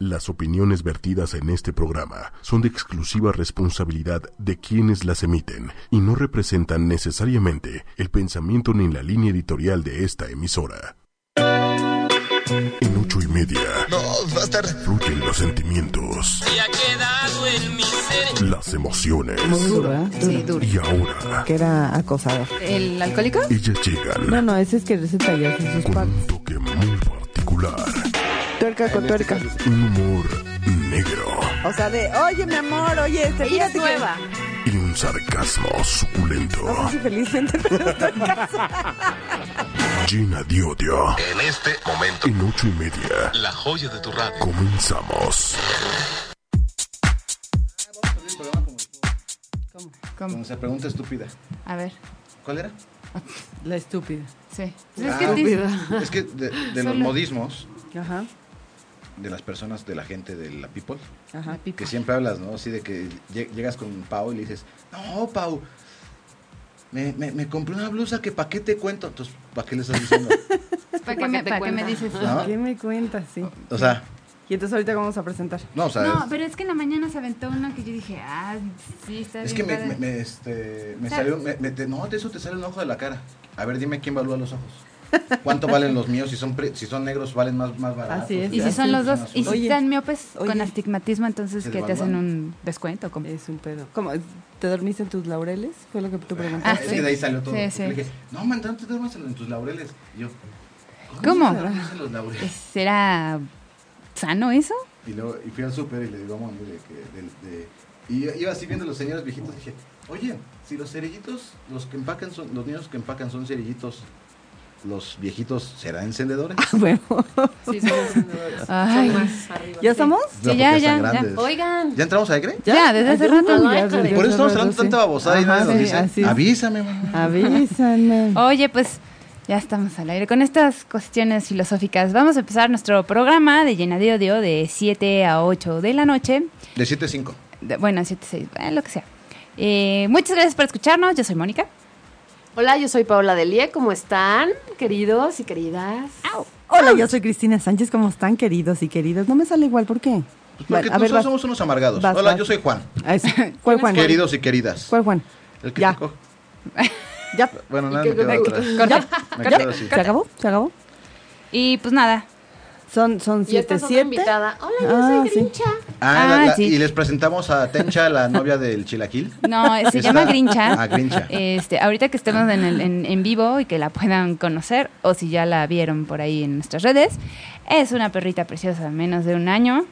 Las opiniones vertidas en este programa son de exclusiva responsabilidad de quienes las emiten y no representan necesariamente el pensamiento ni la línea editorial de esta emisora. En ocho y media No, va a estar. fluyen los sentimientos, Se ha quedado en mi ser. las emociones Muy duro, ¿eh? Sí, duro. y ahora Que era acosador. ¿El alcohólico? ellas No, llegan no, ese es quererse tallar en sus con partes. un toque muy particular, Tuerca con tuerca. un humor negro O sea, de, oye, mi amor, oye, este, Ella fíjate es que- nueva. y un sarcasmo suculento No sé si felizmente, pero estoy casada. Gina Diodio. En este momento, En ocho y media la joya de tu radio. comenzamos. ¿Cómo? O sea, pregunta estúpida. A ver, ¿Cuál era? La estúpida. sí. es Ah, que te... Es que de, de los Solo. modismos Ajá, de las personas, de la gente, de la people, La ajá. pipa. que siempre hablas, ¿no? Así de que lle- llegas con Pau y le dices, no, Pau, me, me, me compré una blusa que pa' qué te cuento. Entonces, ¿pa' qué le estás diciendo? ¿Para qué me, para qué me dices eso? ¿No? ¿Qué me cuentas? Sí. O sea, Y entonces ahorita vamos a presentar. no, o sea, No, es- pero es que en la mañana se aventó una que yo dije, ah, sí, está es, que bien. me, padre. me- me, este, me ¿Sabes? salió, me- me- te- no, de eso te sale un ojo de la cara. A ver, dime quién valúa los ojos. ¿Cuánto valen los míos? Si son, pre- si son negros, valen más, más baratos. Así es. Y si Así son los dos, y si Oye, están miopes con oye. astigmatismo, entonces Se que te devalúan. hacen un descuento. como- Es un pedo. ¿Cómo? ¿Te dormiste en tus laureles? Fue lo que tú Ah, Ah, preguntaste. es sí. que de ahí salió todo. Sí, Porque sí. Le dije, no, man, no te duermas en tus laureles. Y yo, ¿Cómo? se duermes en los laureles? ¿Será sano eso? Y, luego, y fui al súper y le digo a Moni de que. de- de- y yo iba así viendo los señores viejitos y dije, oye, si los cerillitos, los que empacan son, los niños que empacan son cerillitos, los viejitos serán encendedores. Bueno, Sí, son Ay, más arriba. ¿ya estamos? Sí, No, ya, porque ya, están ya. grandes. Oigan, ¿Ya entramos a Egre? ya, desde hace Ay, rato. no, ya, híjole. ya, Por ya, eso estamos ya, hablando sí. tanta babosada y Ajá, nadie nos sí, dice, así es. avísame, mamá. Avísame. Oye, pues ya estamos al aire con estas cuestiones filosóficas. Vamos a empezar nuestro programa de Llena de Odio de 7 a 8 de la noche. De 7 a Pues, 5. De- bueno, 7 a 6, lo que sea. Eh, muchas gracias por escucharnos. Yo soy Mónica. hola, yo soy Paola Delie. ¿Cómo están, queridos y queridas? Hola, yo soy Cristina Sánchez. ¿Cómo están, queridos y queridas? No me sale igual, ¿por qué? Bueno, Pues porque a ver, nosotros vas. somos unos amargados. Vas, Hola, vas. yo soy Juan. Ah, es- ¿Cuál Juan? Queridos y queridas. ¿Cuál Juan? El que Ya. te coge. Ya. Bueno, nada, que me quedo coge. atrás. Me ¿Ya? quedo así. ¿Se acabó? ¿Se acabó? Y pues nada. Son, son Y esta siete, es otra siete. invitada. Hola, yo Ah, soy sí. Grincha. Ah, Ah, la- la- sí. y les presentamos a Tencha, la novia del Chilaquil. No, eh, se Está- llama Grincha. Ah, Grincha. Este, ahorita que estemos en, el- en- en vivo y que la puedan conocer, o si ya la vieron por ahí en nuestras redes, es una perrita preciosa, menos de un año.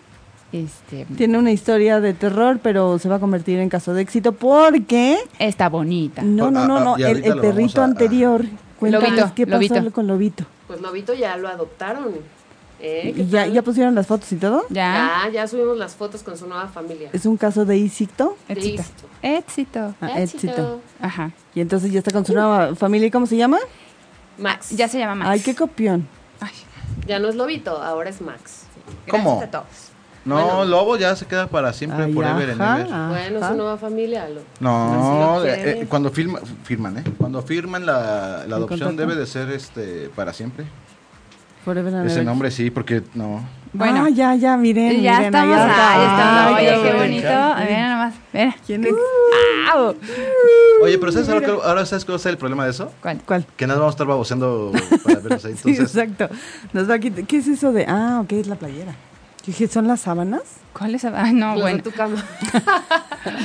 Este, Tiene una historia de terror, pero se va a convertir en caso de éxito porque... está bonita. No, no, Ah, no, ah, no. y El, ahorita el lo vamos perrito a- Ah. a- anterior. Cuéntanos Lobito, qué pasó Lobito. con Lobito. Pues Lobito ya lo adoptaron. ¿Eh? ¿Qué ¿Y ya, tal? ya pusieron las fotos y todo? Ya. ya, ya subimos las fotos con su nueva familia. Es un caso de éxito. Éxito. Listo. Éxito. Ah, éxito. Ajá. Y entonces ya está con su nueva familia. ¿Y cómo se llama? Max. Ah, Ya se llama Max. Ay, qué copión. Ay, Ya no es Lobito, ahora es Max. ¿Cómo? gracias a todos. No, Lobo ya se queda para siempre, Ay, forever ajá, and ever. ajá. Bueno, su nueva familia. Lo... No, Así lo eh, quiere. eh, cuando firma- firman, ¿eh? Cuando firman la, la adopción contrato? debe de ser este para siempre. Forever and Ese ever. nombre sí, porque no. Bueno. Ah, ya, ya, miren. ya miren, estamos. ahí está. ahí estamos. Ay, Oye, qué qué bonito. bonito. Mira nomás. Mira. ¿Quién es? Au. Oye, pero ¿sabes ahora, ahora sabes cuál es el problema de eso? ¿Cuál? ¿Cuál? Que nos vamos a estar baboseando para vernos ahí. Sí, Entonces, exacto. Nos va a quitar- ¿Qué es eso de.? Ah, ok, es la playera. Yo dije, ¿son las sábanas? ¿Cuál es? Ah, no, Los de bueno. tu cama.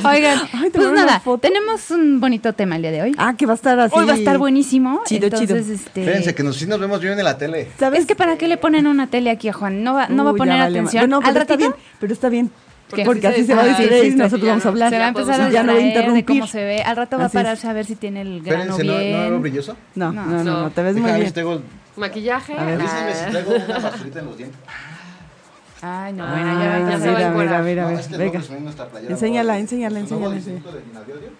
Oigan, Ay, ¿te pues mandaron una nada, foto? tenemos un bonito tema el día de hoy. Ah, que va a estar así. Hoy va a estar buenísimo. Chido, entonces, chido. este. espérense, que nos, sí nos vemos bien en la tele. ¿Sabes Es que para qué le ponen una tele aquí a Juan, no va, no va a Uy, ya poner vale, ma- atención. Bueno, Al pero está ratito bien, pero está bien. Porque Porque así así se se va a distrae, decir y sí, nosotros ya vamos a no- hablar. se va a empezar a Y ya no va a distraer de interrumpir. cómo se ve. Al rato va Así a es. pararse a ver si tiene el grano Espérense, ¿no, ¿no bien. veo brilloso? No, no, no, No. no, te ves Pues muy Déjame ver bien. si traigo, Maquillaje. ver. avísenme si ah, traigo una basurita en los dientes. Ay, no, Ah, bueno, ya, ya ya se va mira, mira, a encuerar. mira, No, mira, es que venga. luego subí nuestra playera. Enséñala, Luego- enséñala, Luego enséñala, dice, enséñala. "Hijo de Gina, ¿dios, dios?".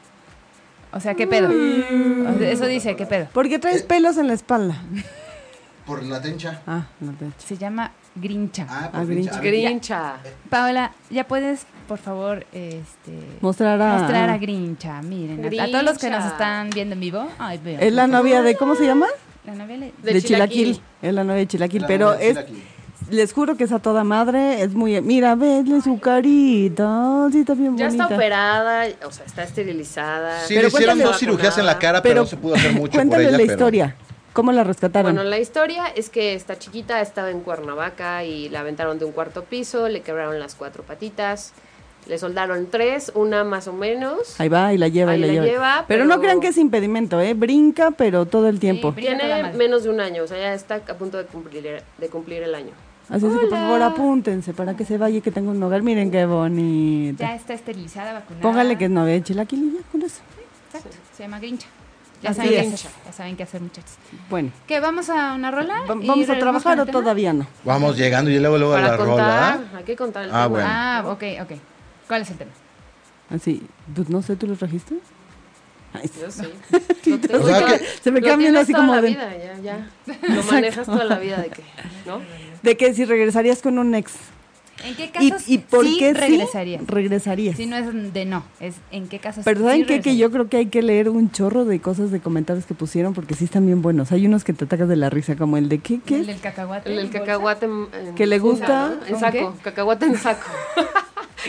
O sea, ¿qué pedo? Mm. O sea, Eso dice, ¿qué pedo? ¿Por qué Eh. traes pelos en la espalda? Por la tencha. Ah, no te eches. Se llama Grincha. Ah, Ah, por tencha. A ver, Grincha. Paola, ya puedes, por favor, este, Mostrar a. mostrar a Grincha. Miren, a- a, todos los que nos Grincha. están viendo en vivo. Ay, veo. Es la novia de. ¿Cómo se llama? La novia le- De Chilaquil. Chilaquil. Es la novia de Chilaquil, la pero novia de es. Chilaquil. les juro que es a toda madre. Es muy. Mira, vedle su carita. Sí, está bien Ya bonita. está operada, o sea, está esterilizada. Sí, Pero le hicieron cuéntale- dos cirugías en la cara, pero, no se pudo hacer mucho por Cuéntale ella. la pero- historia. ¿Cómo la rescataron? Bueno, la historia es que esta chiquita estaba en Cuernavaca y la aventaron de un cuarto piso, le quebraron las cuatro patitas, le soldaron tres, una más o menos. Ahí va y la lleva Ahí y la, la lleva. lleva, pero, pero- no crean que es impedimento, ¿eh? Brinca, pero todo el tiempo. brinca. Brilla toda Tiene madre. menos de un año, o sea, ya está a punto de cumplir, de cumplir el año. Así es que por Hola. favor apúntense para que se vaya y que tenga un hogar. Miren qué bonito. Ya está esterilizada, vacunada. Póngale que no vea chilaquililla con eso. Exacto, se llama Grincha. Ya Así saben, qué es. hacer, ya saben qué hacer, muchachos. Bueno, ¿Qué, vamos a una rola? va- y ¿vamos a regresamos trabajar con o el tema? todavía no? Vamos llegando y luego, luego a Para la contar, rola. hay que contar el Ah, tema. bueno. Ah, ok, ok. ¿Cuál es el tema? Así, pues no sé, ¿tú los trajiste? Ay, Yo sí. O sea que- se me cambian así como de... de- vida, ya, ya. Lo manejas toda la vida de que, ¿no? De que si regresarías con un ex. ¿En qué ¿Y, casos y por sí qué regresarías? sí regresarías? Si no es de no, es en qué casos Pero ¿saben sí qué? Que regresarías? yo creo que hay que leer un chorro de cosas de comentarios que pusieron porque sí están bien buenos. Hay unos que te atacas de la risa, como el de ¿qué? qué? El del cacahuate. El, en el bolsa. cacahuate en, en- Que le gusta. ¿no? en ¿Con saco, cacahuate en saco.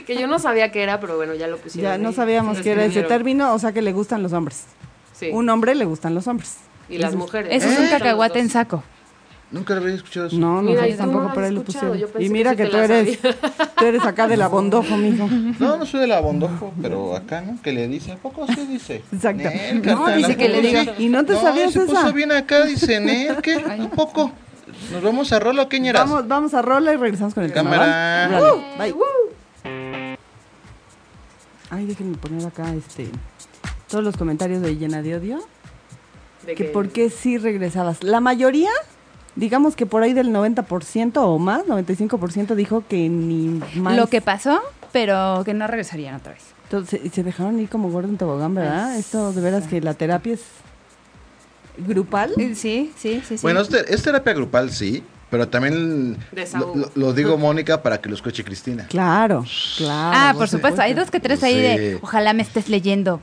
que yo no sabía qué era, pero bueno, ya lo pusieron. ya no ahí. sabíamos Lo que era ese escribieron. término, o sea que le gustan los hombres. Sí. Un hombre le gustan los hombres. Y las mujeres. Eso es ¿no? Eh. un Son los cacahuate dos. en saco. Nunca lo había escuchado eso. No, no Mira, sé y tú tampoco, no lo por ahí has lo escuchado, pusieron. yo pensé Y mira que que, sí tú te la eres, tú eres acá de la bondojo, mijo. No, no soy del abondojo, pero acá, ¿no? Que le dice, ¿a poco sí dice? Exacto. Nel, No, carnal, dice ¿a que le poco diga, "¿Y no te sabías se esa?" puso bien acá, dice, Nel, ¿qué? ¿A poco? ¿Nos vamos a rola o qué ñeras? Vamos, vamos a rola y regresamos con el Cámara. tema. ¿vale? Órale, bye. Ay, déjenme poner acá este todos los comentarios de llena de odio. De que por qué sí regresabas. La mayoría, digamos que por ahí del 90% o más, 95% dijo que ni más. Lo que pasó, pero que no regresarían otra vez. Entonces, se dejaron ir como gordo en tobogán, ¿verdad? Esto de veras que la terapia es grupal. Sí, sí, sí. sí. Bueno, es, te- es terapia grupal, sí, pero también lo, Desahogo. lo- lo digo Mónica para que lo escuche Cristina. Claro, claro. Ah, por supuesto, hay dos que tres ahí Sí. de ojalá me estés leyendo.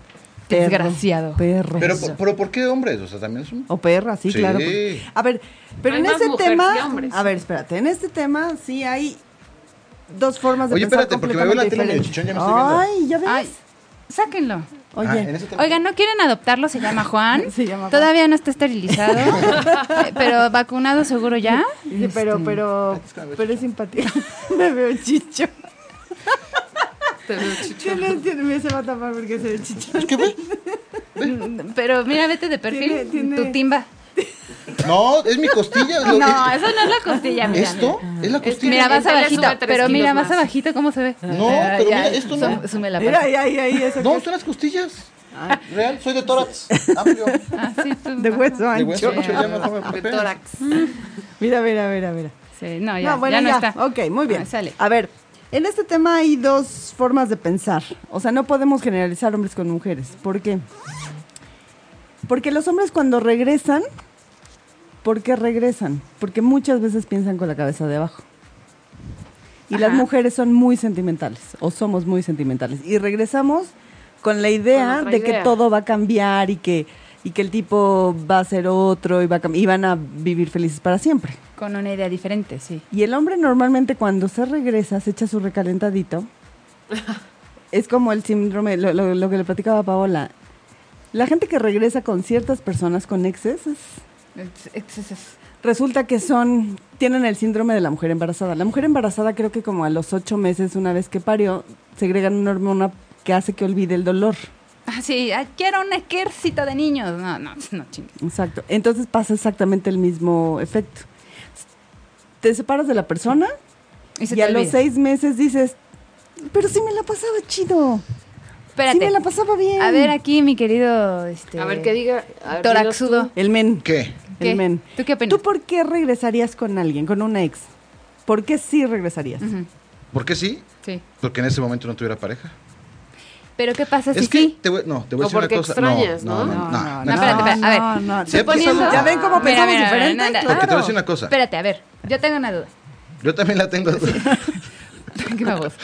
Perro, Desgraciado. Perro. Pero, por- pero ¿por qué hombres? O sea, también es un... O perra, sí, Sí. claro. porque- A ver, pero Hay en más ese mujeres tema. que hombres. A ver, espérate, en este tema sí hay dos formas de Oye, pensar espérate, porque me veo la completamente tele medio diferentes. chichón, ya me estoy Ay, ya ves. Ay, sáquenlo. Oye, Ah, en ese tema- Oigan, ¿no quieren adoptarlo? Se llama Juan. Se llama Juan. Todavía no está esterilizado, eh, pero vacunado seguro ya. Sí, Este, pero, pero, pero es simpático. me veo chicho. Te veo chicho. Tiene, tiene, me se va a tapar porque se ve chicho. Pero mira, vete de Tiene- perfil, tiene- tu timba. No, es mi costilla. lo- No, eso no es la costilla, mira. ¿Esto? ¿Es la que- costilla? Mira, vas Ahorita le abajito, sube tres pero mira, kilos vas más. abajito, ¿cómo se ve? No, Ah, pero mira, esto no. sum- pues. Sume la Mira, parte. ahí, ahí, ahí, eso No, que son las costillas. Real, soy de tórax amplio. Ah, sí, tú- es de hueso De ancho. hueso ancho, ya mejor me De golpeo. tórax. Mira, mira, mira, mira. Sí, no, ya, no, bueno, ya ya, no está. Ok, muy bien. Ah, sale. A ver, en este tema hay dos formas de pensar. O sea, no podemos generalizar hombres con mujeres. ¿Por qué? Porque los hombres cuando regresan, ¿por qué regresan? Porque muchas veces piensan con la cabeza de abajo. Y las Ajá. mujeres son muy sentimentales, o somos muy sentimentales. Y regresamos con la idea Con otra de que idea. todo va a cambiar y que, y que el tipo va a ser otro y, va a cam- y van a vivir felices para siempre. Con una idea diferente, sí. Y el hombre normalmente cuando se regresa se echa su recalentadito. es como el síndrome, lo, lo- lo que le platicaba a Paola. La gente que regresa con ciertas personas, con exes, es- Ex- ex- ex- ex- resulta que son, tienen el síndrome de la mujer embarazada. La mujer embarazada creo que como a los ocho meses, una vez que parió, segregan una hormona que hace que olvide el dolor. Ah, sí, ah, quiero un ejército de niños. No, no, no chingues. Exacto. Entonces pasa exactamente el mismo efecto. Te separas de la persona, Y se y te a olvida. los seis meses dices, pero sí me la pasaba chido. Espérate. Sí me la pasaba bien. A ver aquí, mi querido. Este, A ver qué diga. A ver, Toraxudo. El men. ¿Qué? ¿Qué? El men. ¿Tú qué opinas? ¿Tú por qué regresarías con alguien, con una ex? ¿Por qué sí regresarías? Ujú, ¿Por qué sí? Sí. Porque en ese momento no tuviera pareja. Pero ¿qué pasa si es que sí? te voy, no, te voy a O decir una porque cosa. extrañas, no, ¿no? no, no, no, No, espérate, espérate. A ver. No, no, Sí, no. Suponiendo- Ya ven cómo Mira, pensamos mira, mira, diferente. no, no. Porque te voy a decir una cosa. Espérate, a ver. Yo tengo una duda. Yo también la tengo. Qué baboso.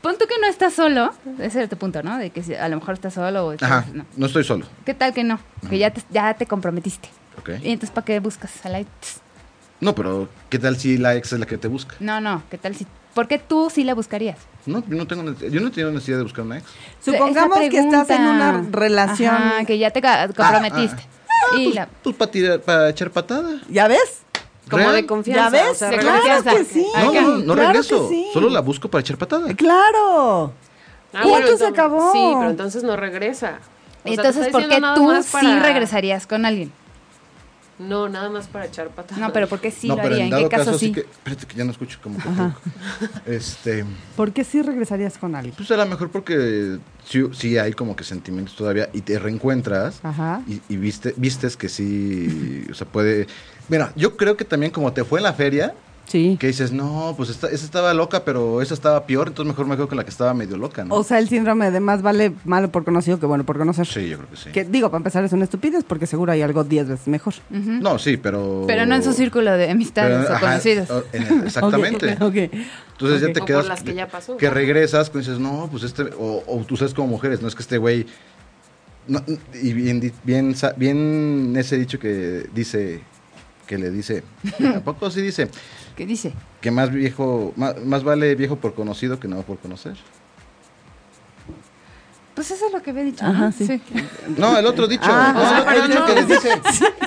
Pon tú que no estás solo. Ese era tu punto, ¿no? De que si- a lo mejor estás solo o Ajá, estás- no. no estoy solo. ¿Qué tal que no? Que ya te, ya te comprometiste. Ok. ¿Y entonces para qué buscas a la ex? No, pero ¿qué tal si la ex es la que te busca? No, no, ¿qué tal si...? ¿Por qué tú sí la buscarías? No, yo no tengo, ne- yo no he tenido necesidad de buscar una ex. Supongamos Esa que estás en pregunta. una relación. Ajá, que ya te ca- comprometiste. y la- Pues para tirar, para echar patada. ¿Ya ves? Como Real. de confianza. ¿Ya ves? o sea, de claro confianza. que sí. No, no, no Claro regreso. que sí. Solo la busco para echar patada. ¡Claro! Ah, bueno, Punto, se entonces- acabó. Sí, pero entonces no regresa. O sea, te Entonces, está ¿por qué diciendo nada tú más sí para- regresarías con alguien? No, nada más para echar patadas. No, pero ¿por qué sí no, lo haría? ¿En qué dado caso, sí? que. Espérate que ya no escucho como que tengo. Este. ¿Por qué sí regresarías con alguien? Pues a lo mejor porque sí, sí hay como que sentimientos todavía y te reencuentras. Ah. Ajá. Y, y viste, vistes que sí. O sea, puede. Mira, yo creo que también como te fue en la feria, Sí. que dices, no, pues esta, esa estaba loca, pero esa estaba peor, entonces mejor me quedo con la que estaba medio loca, ¿no? O sea, el síndrome de más vale malo por conocido que bueno por conocer. sí, yo creo que sí. Que digo, para empezar es una estupidez porque seguro hay algo diez veces mejor. Ujú. No, sí, pero. Pero no en su círculo de amistades Oh. Pero, o ajá, conocidos. o- en- exactamente. Ok, ok. Entonces Ok. ya te O por quedas. las que ya pasó. que regresas, pues dices, no, pues este. O, o tú sabes como mujeres, no es que este güey. no, y bien, di- bien, sa- bien ese dicho que dice. Que le dice. Tampoco sí dice. ¿Qué dice? Que más viejo. Más, más vale viejo por conocido que no por conocer. Pues eso es lo que había dicho. Ajá, ¿no? sí. No, el otro dicho. Ah, o sea, el otro ah, dicho no. que le dice.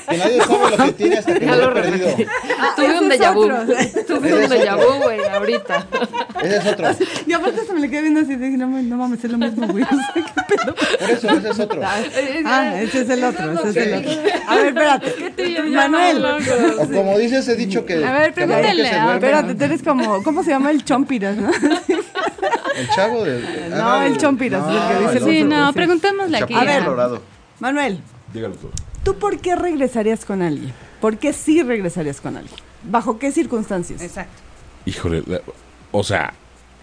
Que nadie sabe lo que tiene hasta que Ya lo ha lo re- perdido. Tuve un ese es déjà vu. otro. Tuve un déjà vu, güey, ahorita. Ese es otro. Y aparte se me le queda viendo así, de, no, no mames, es lo mismo, güey. O sea, qué pedo. Por eso, ese es otro. Ah, ese es el otro, ese es el otro. A ver, espérate. Manuel, O como dice ese dicho que. A ver, que la boca pregúntenle, se a ver, duerme, espérate, tú eres como, ¿cómo se llama el chompiras, no? El chavo ah, del. No, el Chompiras, el que dice el Sí, otro, no, sí. preguntémosle aquí. Chapulín A ver. ajá. Colorado. Manuel, Dígalo todo. ¿tú por qué regresarías con alguien? ¿Por qué sí regresarías con alguien? ¿Bajo qué circunstancias? Exacto. Híjole, la- o sea,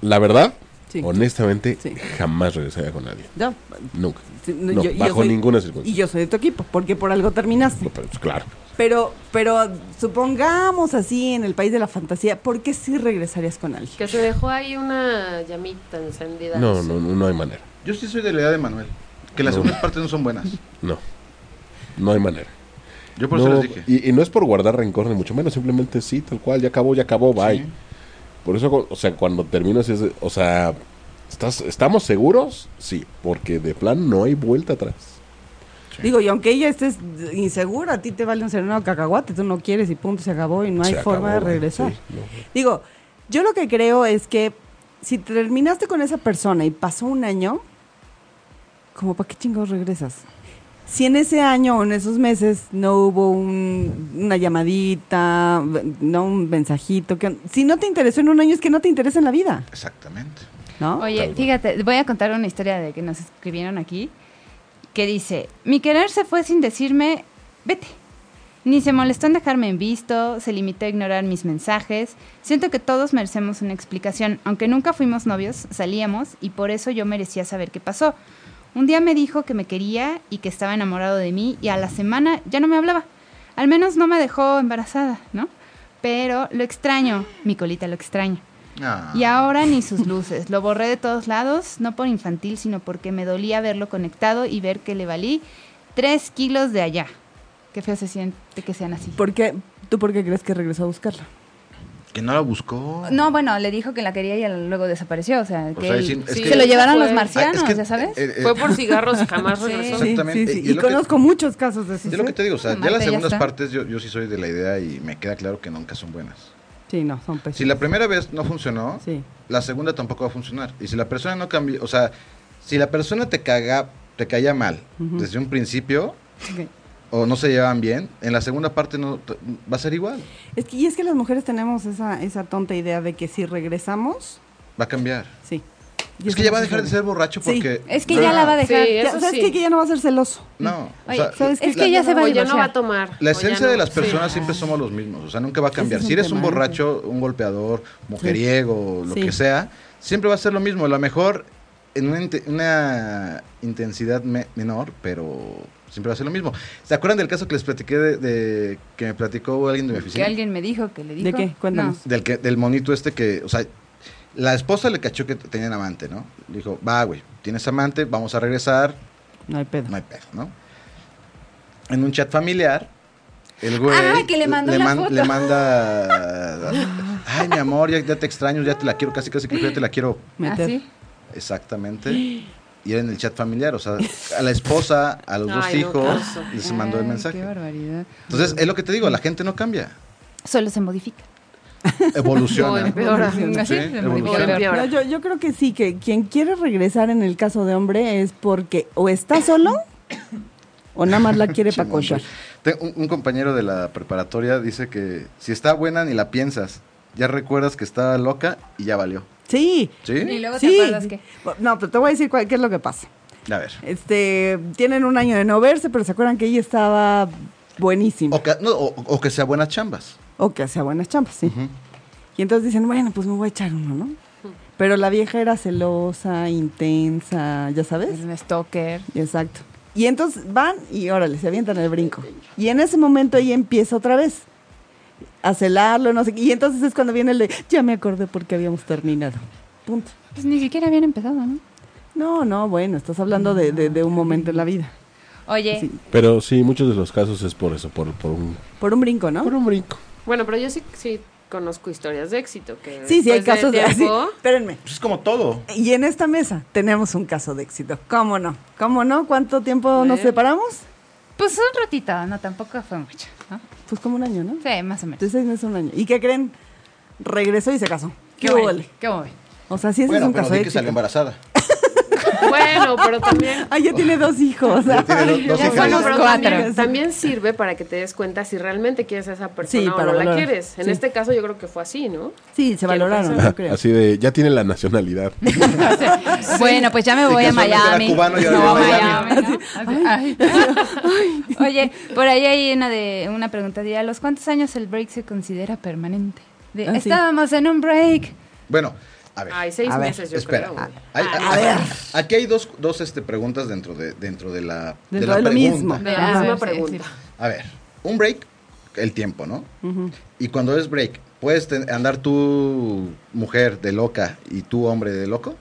la verdad, Sí. honestamente, Sí. jamás regresaría con nadie. Yo, Nunca. sí, no, No, yo- yo bajo soy- ninguna Y circunstancia. yo soy de tu equipo, porque por algo terminaste. No, pero, pues, claro. Pero, pero supongamos así en el país de la fantasía, ¿por qué sí regresarías con alguien? Que se dejó ahí una llamita encendida. No, no, no, no hay manera. Yo sí soy de la edad de Manuel. Que las No. segundas partes no son buenas. No. No hay manera. Yo por No, eso les dije. y, y no es por guardar rencor, ni mucho menos. Simplemente sí, tal cual, ya acabó, ya acabó, bye. Por eso, o sea, cuando terminas, es, de- o sea, ¿estás, ¿estamos seguros? Sí, porque de plan no hay vuelta atrás. Digo, y aunque ella estés insegura, a ti te vale un serenado cacahuate, tú no quieres y punto, se acabó y no hay Se forma acabó, de güey. regresar. Sí, no. Digo, yo lo que creo es que si terminaste con esa persona y pasó un año, como para qué chingados regresas. Si en ese año o en esos meses no hubo un- una llamadita, no un mensajito, que si no te interesó en un año es que no te interesa en la vida, Exactamente. ¿no? Tal Oye, cual. fíjate, voy a contar una historia de que nos escribieron aquí que dice, mi querer se fue sin decirme, vete. Ni se molestó en dejarme en visto, se limitó a ignorar mis mensajes. Siento que todos merecemos una explicación. Aunque nunca fuimos novios, salíamos y por eso yo merecía saber qué pasó. Un día me dijo que me quería y que estaba enamorado de mí y a la semana ya no me hablaba. Al menos no me dejó embarazada, ¿no? Pero lo extraño, mi colita lo extraño. Ah. Y ahora ni sus luces. Lo borré de todos lados, no por infantil, sino porque me dolía verlo conectado y ver que le valí tres kilos de allá. Qué feo se siente que sean así. ¿Por qué? ¿Tú por qué crees que regresó a buscarla? Que no la buscó. Ah, No, bueno, le dijo que la quería y luego desapareció. O sea, que, sea, él- sin- es se que- lo llevaron los Fue- Ah, es marcianos, que- ¿ya sabes? eh, eh, Fue por cigarros y jamás Sí. regresó. Sí, sí, Exactamente. sí. Y Y, lo que- conozco muchos casos de ¿eh? eso. es lo que te digo, o sea, ya Mate, las ya segundas está. partes yo, yo sí soy de la idea y me queda claro que nunca son buenas. Sí, no, son Si pésimos. la primera vez no funcionó, Sí. la segunda tampoco va a funcionar. Y si la persona no cambia, o sea, si la persona te caga, te caía mal Ujú. desde un principio Ok. o no se llevaban bien, en la segunda parte no t- va a ser igual, Es que, y es que las mujeres tenemos esa, esa tonta idea de que si regresamos, va a cambiar. sí. Y es eso que ya no va a se dejar de puede. ser borracho Sí. porque Es que ya Ah, la va a Sí, dejar. Ya, eso ¿Sabes sí. qué? que ya no va a ser celoso? No, o Oye, sea, ¿sabes qué? Es la- que ya se va a O ya no va divorciar. a tomar. La o ya esencia de no. las Sí. personas siempre somos los mismos, o sea, nunca va a cambiar. Ese es si un eres un tema, ¿no? borracho, un golpeador, mujeriego, lo Sí. que sea, siempre va a ser lo mismo. A lo mejor en una, inte- una intensidad me- menor, pero siempre va a ser lo mismo. ¿Se acuerdan del caso que les platiqué de, de- que me platicó alguien de mi Que oficina? alguien me dijo que le dijo. ¿De qué? Cuéntanos. Del, que, del monito este que, o sea, la esposa le cachó que t- tenían amante, ¿no? Dijo, va, güey, tienes amante, vamos a regresar, No hay pedo. no hay pedo, ¿no? En un chat familiar, el güey Ah, que le mandó la foto. le manda ay mi amor ya, ya te extraño ya te la quiero casi casi que ya te la quiero Ah, Ah, meter. Así. exactamente y era en el chat familiar o sea a la esposa a los dos Ay, no, qué hijos oso. les Pues mandó el Ay, mensaje Qué barbaridad. entonces es lo que te digo la gente no cambia Solo se modifica. O evoluciona empeora. Así Sí, se O modifica. evoluciona. Peor. No, empeora. yo, yo creo que sí, que quien quiere regresar en el caso de hombre es porque o está solo o nada más la quiere para Chingón, cochar. güey. Te- pues. Un, un compañero de la preparatoria dice que si está buena ni la piensas, ya recuerdas que estaba loca y ya valió. Sí. Y ¿Sí? luego sí. te acuerdas que. No, pero te voy a decir cuál- qué es lo que pasa. A ver. Este, tienen un año de no verse, pero se acuerdan que ella estaba buenísima. O que, no, o- o que sea buenas chambas. O que hacía buenas champas, sí. Y entonces dicen, bueno, pues me voy a echar uno, ¿no? Pero la vieja era celosa, intensa, ya sabes. Es un stalker. Exacto. Y entonces van y órale, se avientan el brinco. Y en ese momento ella empieza otra vez a celarlo, no sé qué. Y entonces es cuando viene el de, ya me acordé porque habíamos terminado. Punto. Pues ni siquiera habían empezado, ¿no? No, no, bueno, estás hablando de, de- de un momento en la vida. Oye, Sí. Pero sí, muchos de los casos es por eso, por, por, un, Por un brinco, ¿no? por un brinco. Bueno, pero yo sí, sí conozco historias de éxito. Que Sí, sí, hay después casos de así. Pues tiempo- Espérenme. Pues es como todo. Y en esta mesa tenemos un caso de éxito. ¿Cómo no? ¿Cómo no? ¿Cuánto tiempo nos separamos? pues un ratito, no, tampoco fue mucho, ¿no? Pues como un año, ¿no? Sí, más o menos. De seis meses a un año. ¿Y qué creen? Regresó y se casó. ¡Qué bueno, huele! qué bueno. O sea, sí, ese es Bueno, un pero caso de di que éxito. salió embarazada. Bueno, pero también. Ah, ya tiene dos hijos. Ya tiene do- dos Ay, hijos. Bueno, los pero cuatro. también, también sirve para que te des cuenta si realmente quieres a esa persona Sí, o para no la valorar. quieres. En Sí. este caso yo creo que fue así, ¿no? Sí, se valoraron, pensar. yo creo. Así de, ya tiene la nacionalidad. Bueno, pues ya me Sí, voy a casualmente era Miami. cubano y ahora no, vive en Miami. ¿no? Así, ay. Oye, por ahí hay una de una pregunta de a los cuántos años el break se considera permanente. De, Ah, sí. Estábamos en un break. Bueno, Pues, a ver. Hay seis A ver, meses, yo Espera, creo. Hay- Ah, hay- ver. aquí hay dos, dos este, preguntas dentro de, dentro de la, de Dentro la de lo pregunta. mismo. de la Ajá. misma Sí, pregunta. A ver, un break, el tiempo, ¿no? Y cuando es break, ¿puedes ten- andar tu mujer de loca y tu hombre de loco?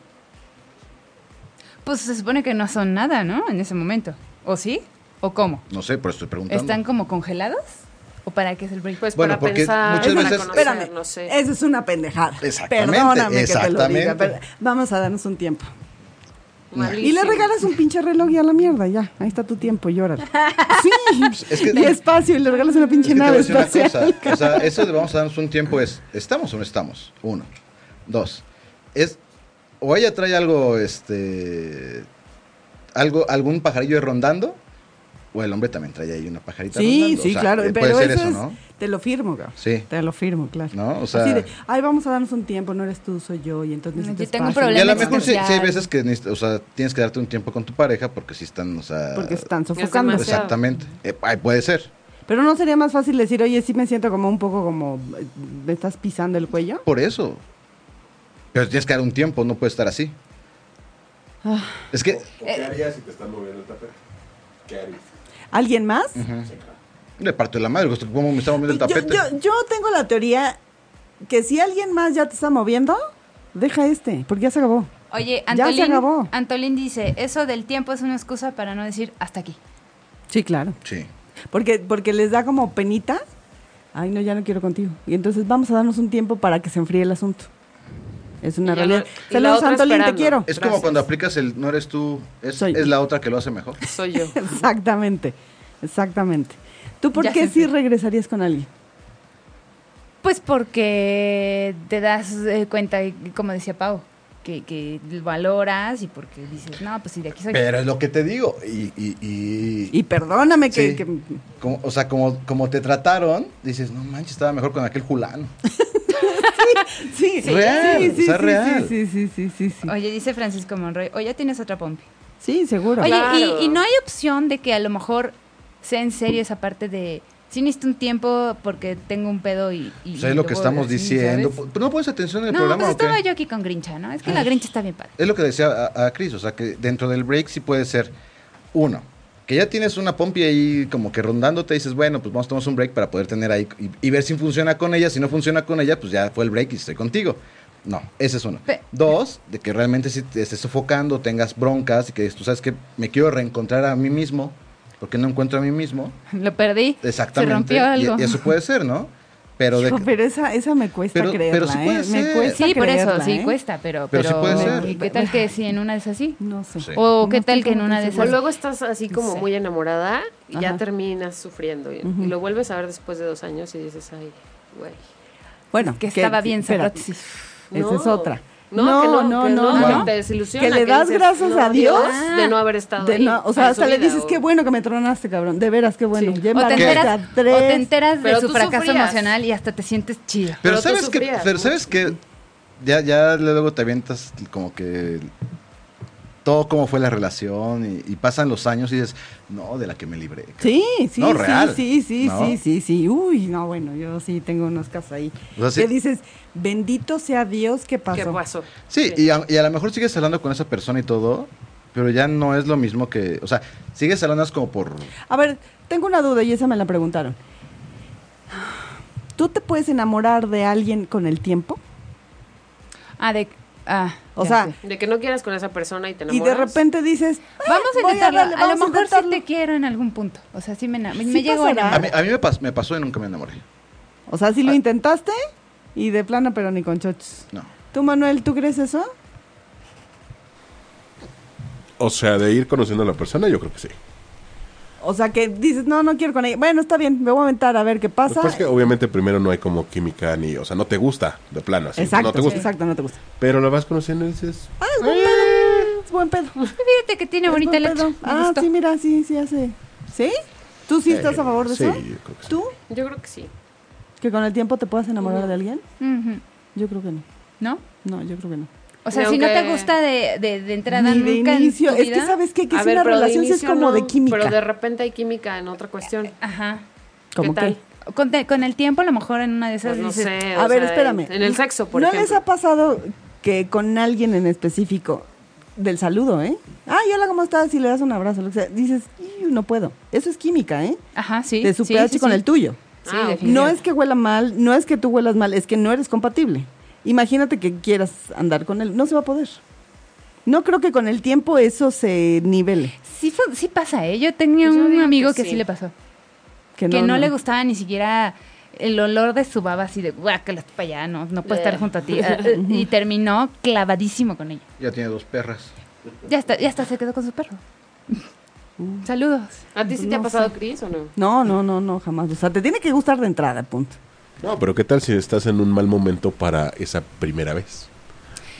Pues se supone que no son nada, ¿no? En ese momento. ¿O sí? ¿O cómo? No sé, pero estoy preguntando. ¿Están como congelados? ¿O para qué es el break? Pues Bueno, para porque pensar, muchas para veces- conocer, Espérame, no sé. eso es una pendejada. Exactamente, Perdóname que te lo diga, exactamente. pero vamos a darnos un tiempo. Y Malísimo. le regalas un pinche reloj y a la mierda, ya. Ahí está tu tiempo, llórale. Sí, es que- y espacio, y le regalas una Es pinche que te voy a nave decir una espacial. cosa, O sea, eso de vamos a darnos un tiempo es, ¿estamos o no estamos? Uno. Dos. Es, o ella trae algo, este, algo, algún pajarillo rondando, o el hombre también trae ahí una pajarita Sí, rondando. O sí, sea, claro. eh, Pero puede ser eso, eso, es, ¿no? te lo firmo, cabrón. Sí. Te lo firmo, claro. ¿No? O sea- Así de, ay, vamos a darnos un tiempo, no eres tú, soy yo, y entonces Yo necesito tengo un espacio. Y a lo Problema mejor sí, sí hay existencial. veces que necesitas- o sea, tienes que darte un tiempo con tu pareja porque si están, o sea... Porque se están sofocando. demasiado. Exactamente. Eh, ay, puede ser. Pero no sería más fácil decir, oye, sí me siento como un poco como, eh, me estás pisando el cuello. Por eso. Pero tienes que dar un tiempo, no puede estar así. Ah. Es que... ¿Qué harías si te están moviendo el tapete? ¿Qué harías? ¿Alguien más? Le parto de la madre, justo como me está moviendo el Yo, tapete. yo- yo tengo la teoría que si alguien más ya te está moviendo, deja este, porque ya se acabó. Oye, Ya se Antolín, acabó. Antolín dice, eso del tiempo es una excusa para no decir hasta aquí. Sí, claro. Sí. Porque, porque les da como penita. Ay, no, ya no quiero contigo. Y entonces vamos a darnos un tiempo para que se enfríe el asunto. Es una Y ya realidad. la- y la Saludos, otra Antolín, te esperando. quiero. Es Gracias. como cuando aplicas el no eres tú, es, Soy. es la otra que lo hace mejor. Soy yo. Exactamente, exactamente. ¿Tú por Ya qué se sí enfrió. regresarías con alguien? Pues porque te das eh, cuenta, y como decía Pau, que, que valoras y porque dices, no, pues si de aquí soy. Pero es lo que te digo. Y, y, y- Y perdóname que... sí. que- Como- o sea, como, como te trataron, dices, no manches, estaba mejor con aquel Julano. Sí, Real, sí, sí, o sea, sí, real. sí, sí, sí, sí, sí. Oye, dice Francisco Monroy, o ya tienes otra pompi. Sí, seguro. Oye, Claro. y, y no hay opción de que a lo mejor sea en serio esa parte de, si necesito un tiempo porque tengo un pedo y... y- y Pues es lo que luego estamos así, diciendo. ¿sabes? Pero ¿No pones atención en el No, programa pues o qué? estaba yo aquí con Grincha, ¿no? Es que la Grincha está bien padre. Es lo que decía a, a Cris, o sea, que dentro del break sí puede ser, uno, que ya tienes una pompi ahí como que rondándote y dices, bueno, pues vamos a tomar un break para poder tener ahí y, y ver si funciona con ella. Si no funciona con ella, pues ya fue el break y estoy contigo. No, ese es uno. Pe- Dos, de que realmente si te estés sofocando, tengas broncas y que tú sabes que me quiero reencontrar a mí mismo porque no encuentro a mí mismo. Lo perdí. Exactamente. Se rompió y- algo. Y, eso puede ser, ¿no? Pero de Hijo, pero esa, esa me cuesta Pero- creerla, pero sí puede ¿eh? Me ser. cuesta sí, por eso, creerla, sí ¿eh? cuesta, pero... Pero sí puede pero- ser. ¿Y qué tal que si en una es así? No sé. Sí. ¿O No qué estoy tal que en como una tan de O esas... segura. Pues luego estás así como Sí. muy enamorada y Ajá. ya terminas sufriendo. Y, y Ujú. lo vuelves a ver después de dos años y dices, ay, güey. Bueno, Que estaba bien espérate, sabrotis. Esa No. es otra. No, que no, no, que no, no. que te desilusiona. Que le das dices, gracias "No, a Dios de no haber estado De ahí". no- o sea, Ah, hasta su le vida, dices, o- qué bueno que me tronaste, cabrón. De veras, qué bueno. Sí. Ya O te, embarraste ¿Qué? enteras, a o tres. te enteras de Pero su tú fracaso sufrías. emocional y hasta te sientes chido. Pero, Pero tú sabes que, sufrías, pero ¿no? sabes que ya, ya luego te avientas como que todo cómo fue la relación y, y pasan los años y dices, no, de la que me libré. Sí, sí, No, sí, real, sí, sí, ¿no? sí, sí, sí. Uy, no, bueno, yo sí tengo unos casos ahí. O sea, sí. Que dices, bendito sea Dios, ¿qué pasó? ¿Qué pasó? Sí, y a, y a lo mejor sigues hablando con esa persona y todo, pero ya no es lo mismo que, o sea, sigues hablando es como por... A ver, tengo una duda y esa me la preguntaron. ¿Tú te puedes enamorar de alguien con el tiempo? Ah, de... Ah, O ya sea, sé. De que no quieras con esa persona y te Y enamoras. de repente dices, "Ah, Vamos a voy intentarlo. darle, a lo vamos mejor sí intentarlo". te quiero en algún punto. O sea, sí me, ena- me Sí llego a pasará. A enamorar. mí, a mí me, pas- me pasó y nunca me enamoré. O sea, Ah. si lo intentaste y de plano, pero ni con chochos. No. ¿Tú, Manuel, tú crees eso? O sea, de ir conociendo a la persona, yo creo que sí. O sea, que dices, no, no quiero con ella. Bueno, está bien, me voy a aventar a ver qué Lo que pasa. pasa es Pues, que obviamente primero no hay como química ni, o sea, no te gusta de plano. así, exacto, pues, no te gusta. exacto, no te gusta. Ah, Pero la vas conociendo y dices, Es Eh. buen pedo. Es buen pedo. Fíjate que tiene Es bonita buen letra. pedo. Me Ah, gustó. sí, mira, sí, sí hace. ¿Sí? ¿Tú sí estás a favor de sí, eso? yo creo que sí. ¿Tú? Yo creo que sí. ¿Que con el tiempo te puedas enamorar de alguien? Ujú. Yo creo que no. ¿No? No, yo creo que no. O sea, Ni si no te aunque- gusta de, de, de entrada Ni de nunca en inicio. tu Es que vida. sabes qué? que A es ver, una pero de relación sí es inicio como no, de química. Pero de repente hay química en otra cuestión. Ajá. ¿Cómo ¿qué tal? qué? Con, te- con el tiempo, a lo mejor en una de esas Pues no dices, sé. A o ver, sea, espérame. En el sexo, por ¿No les ejemplo. ha pasado que con alguien en específico, del saludo, ¿eh? Ay, hola, ¿cómo estás? Y le das un abrazo, lo que sea. Dices, "Iu, no puedo. Eso es química, ¿eh? Ajá, sí. de su sí, pH sí, con sí. el tuyo. Sí, Ah, ok. definitivamente. No es que huela mal, no es que tú huelas mal, es que no eres compatible. Imagínate que quieras andar con él, no se va a poder. No creo que con el tiempo eso se nivele. Sí, fu- sí pasa, ¿eh? Yo tenía Pues Yo un digo amigo que que sí. sí. le pasó. Que no, que no, no. le gustaba ni siquiera el olor de su baba así de guácala para allá, no, no puede estar Eh. junto a ti. Ah, eh, y terminó clavadísimo con ella. Ya tiene dos perras. Ya está, ya está, se quedó con su perro. Saludos. ¿A ti sí te Uh. ha No pasado, Cris, o no? No, no, no, no, jamás. O sea, te tiene que gustar de entrada, punto. no, pero ¿qué tal si estás en un mal momento para esa primera vez?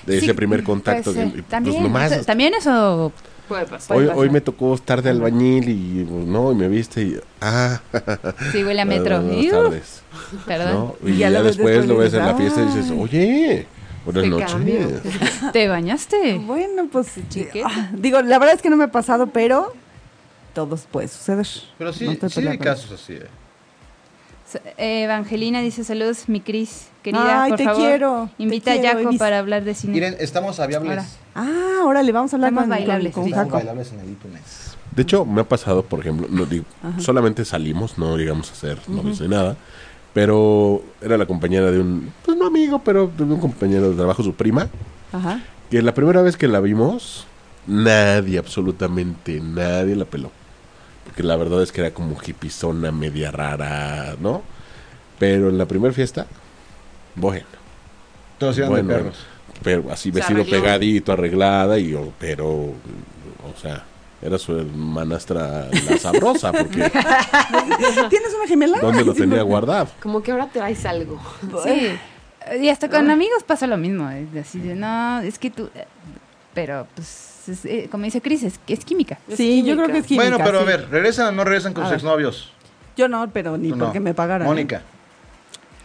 De Sí, ese primer contacto. puede ser. que- pues, también, nomás- o sea, también eso. Puede pasar. hoy, pasar. hoy me tocó estar de albañil y pues, no, y me viste y. Ah, Sí, huele a metro. Buenas Iu, tardes, Perdón. ¿no? Y, Y ya, ya lo ves después, después lo y ves en dices, la fiesta y dices, "Ay, oye, buenas qué noches. cambio". ¿Te bañaste? Bueno, pues Chiquete. ah, digo, la verdad es que no me ha pasado, pero todos puede suceder. Pero sí, No estoy sí peleada hay con eso. casos así. ¿eh? S- eh, Evangelina dice saludos, mi Cris. Querida, Ay, por te favor, quiero, te Invita quiero, a Jaco Evis. para hablar de cine. Miren, estamos a Ahora. viables. Ah, órale, vamos a hablar Temas con, bailables. con, con Estamos Jaco. bailables en el iTunes. De hecho, me ha pasado, por ejemplo, no digo, solamente salimos, no llegamos a ser novios ni nada, pero era la compañera de un, pues no amigo, pero de un compañero de trabajo, su prima, Ajá. que la primera vez que la vimos, nadie, absolutamente nadie la peló. Porque la verdad es que era como hippizona, media rara, ¿no? Pero en la primera fiesta, bueno, Todos iban Bueno, de perros. pero así Se vestido arregló. pegadito, arreglada, y yo, pero, o sea, era su hermanastra la sabrosa, porque ¿Tienes una gemela? ¿dónde lo tenía guardado? Como que ahora traes algo. Sí. Y hasta con amigos pasa lo mismo. es Así de, no, es que tú. eh, Pero, pues, es, eh, como dice Cris, es, es química. Es Sí, yo creo que es química. bueno, pero a sí. ver, ¿regresan o no regresan con A sus ver. exnovios? Yo no, pero ni Tú no. porque me pagaran. ¿eh? Mónica.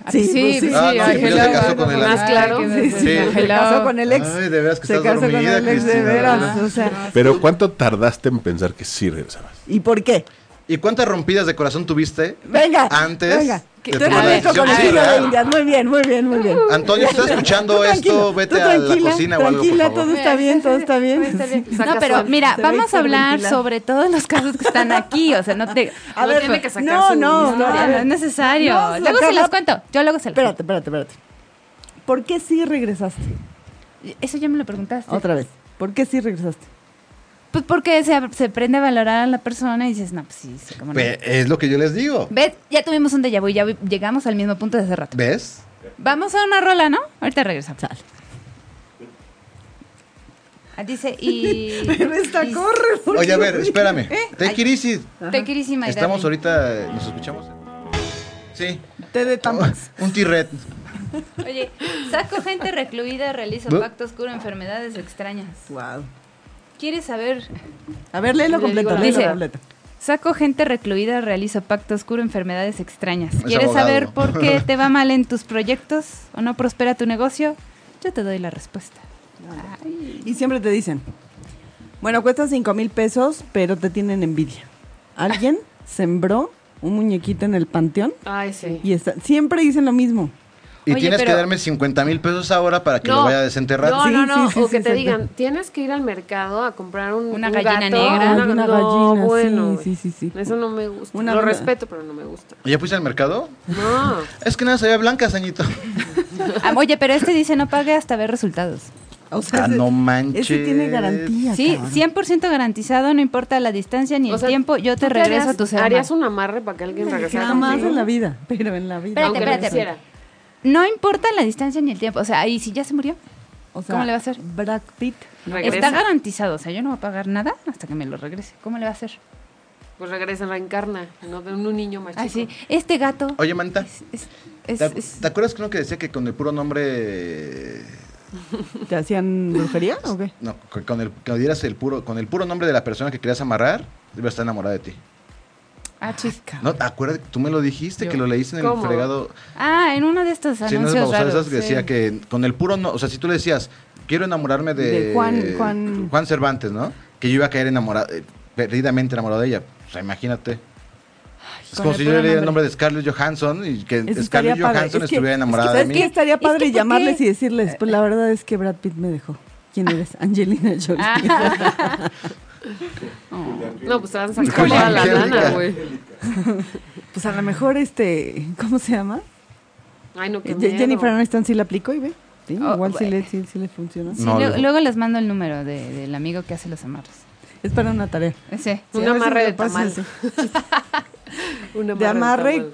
Ah, Sí, pues, sí. Ah, no, ay, pues, hello. se casó con el Más ex. claro. Sí, ah, que- pues, sí. hello. Se casó con el ex. Ay, de veras que se estás casó con dormida, el ex, de Cristina. veras. O sea, Pero ¿cuánto tardaste en pensar que sí regresabas? ¿y por qué? ¿Y cuántas rompidas de corazón tuviste? Venga. Antes Venga. de Tú tomar eres la rico decisión, con el sí, hilo de real. indias. Muy bien, muy bien, muy bien. Antonio, si estás escuchando Tú esto, tranquilo, tú vete a la tranquila, cocina o algo, por Tranquila, favor. todo está bien, todo está bien. No, Saca pero su- mira, se va a vamos a hiperventilar. hablar sobre todos los casos que están aquí. O sea, no te. A No ver, tiene que sacar no, su no, no, No, a no, ver. es necesario. No, luego se sacarla- los cuento. Yo luego se los Espérate, espérate, espérate. ¿Por qué sí regresaste? cuento. Eso ya me lo preguntaste. Otra vez. ¿Por qué sí regresaste? Pues porque se, se prende a valorar a la persona y dices, no, pues sí, sí, cómo no. Pe- es lo que yo les digo. ¿Ves? Ya tuvimos un déjà vu y ya vi- llegamos al mismo punto de hace rato. ¿Ves? Vamos a una rola, ¿no? Ahorita regresamos. Ah, Dice, y... Esta y- corre. porque Oye, a ver, no- espérame. ¿Eh? Take it easy. Take it easy, my Estamos darling. ahorita, ¿nos escuchamos? Sí. Te de tampax. Un tirret. Oye, saco gente recluida, realizo ¿No? pactos, curo enfermedades extrañas. Wow. ¿Quieres saber A ver, léelo Le completo, digo la léelo verdad. completo. Saco gente recluida, realizo pactos, curo enfermedades extrañas. Es ¿Quieres abogado. saber por qué te va mal en tus proyectos o no prospera tu negocio? Yo te doy la respuesta. Y siempre te dicen, bueno, cuesta cinco mil pesos, pero te tienen envidia. Alguien sembró un muñequito en el panteón Ay, sí. y está, siempre dicen lo mismo. Y Oye, tienes pero- que darme 50 mil pesos ahora para que lo vaya a desenterrar. No, Sí, no, no. sí, sí, o sí, que te sí, digan, tienes que ir al mercado a comprar un, Una un gallina gato, negra. Ay, una no, gallina, sí, bueno, sí, güey. sí, sí. Eso no me gusta. Una lo gallina. respeto, pero no me gusta. ¿Ya puse al mercado? No. Es que nada, se veía blanca, Sañito. Ah, Oye, pero este dice no pague hasta ver resultados. O sea, Ah, ese- no manches. Ese tiene garantía. Sí, cabrón. 100% garantizado, no importa la distancia ni O el sea, tiempo, yo te ¿tú qué regreso harías? a tu ser. Harías humano. un amarre para que alguien regresara. Jamás contigo? en la vida, pero en la vida. Espérate, Aunque lo espérate. quisiera. No importa la distancia ni el tiempo, o sea, y si ya se murió, O sea, ¿Cómo le va a hacer? Brad Pitt. Regresa. está garantizado, o sea, yo no voy a pagar nada hasta que me lo regrese. ¿Cómo le va a hacer? Pues regresa, reencarna. No de un niño más Ay, sí, chico. este gato Oye, Manta, es- es- es- ¿te, es- te acuerdas que uno que decía que con el puro nombre... ¿Te hacían brujería o qué? No, con- con el, que dieras el puro, con el puro nombre de la persona que querías amarrar, iba a estar enamorada de ti. Ah, chica. No, acuérdate, tú me lo dijiste, Yo. que lo leíste en ¿Cómo? el fregado. Ah, en uno de estos Sí, no anuncios es babosadas raros. esas que sí. decía que con el puro no, o sea, si tú le decías, quiero enamorarme de, De Juan- Juan- Juan Cervantes, ¿no? Que yo iba a caer enamorado, eh, perdidamente enamorado de ella. O sea, imagínate. con es como el si yo puro le diera el nombre. nombre de Scarlett Johansson y que Eso estaría Scarlett padre. Johansson Es que- estuviera enamorada es que, de mí. ¿sabes qué? estaría Es que, padre ¿por qué? llamarles y decirles, pues la verdad es que Brad Pitt me dejó. ¿Quién eres? Angelina Jolie. Ah. Oh, No, pues te van a sacar toda la Angélica. lana, güey. Pues a lo mejor este, ¿cómo se llama? Ay, no, qué Eh, miedo. Jennifer Aniston sí la aplicó y ve. Sí, Oh, igual sí bueno. le, sí, sí le funcionó. Sí, No, lo- no. luego les mando el número de- del amigo que hace los amarres. Es para una tarea. Ese. Sí, Un a ver amarre me de lo pasas, tamal. sí. Un De amarre. tamal.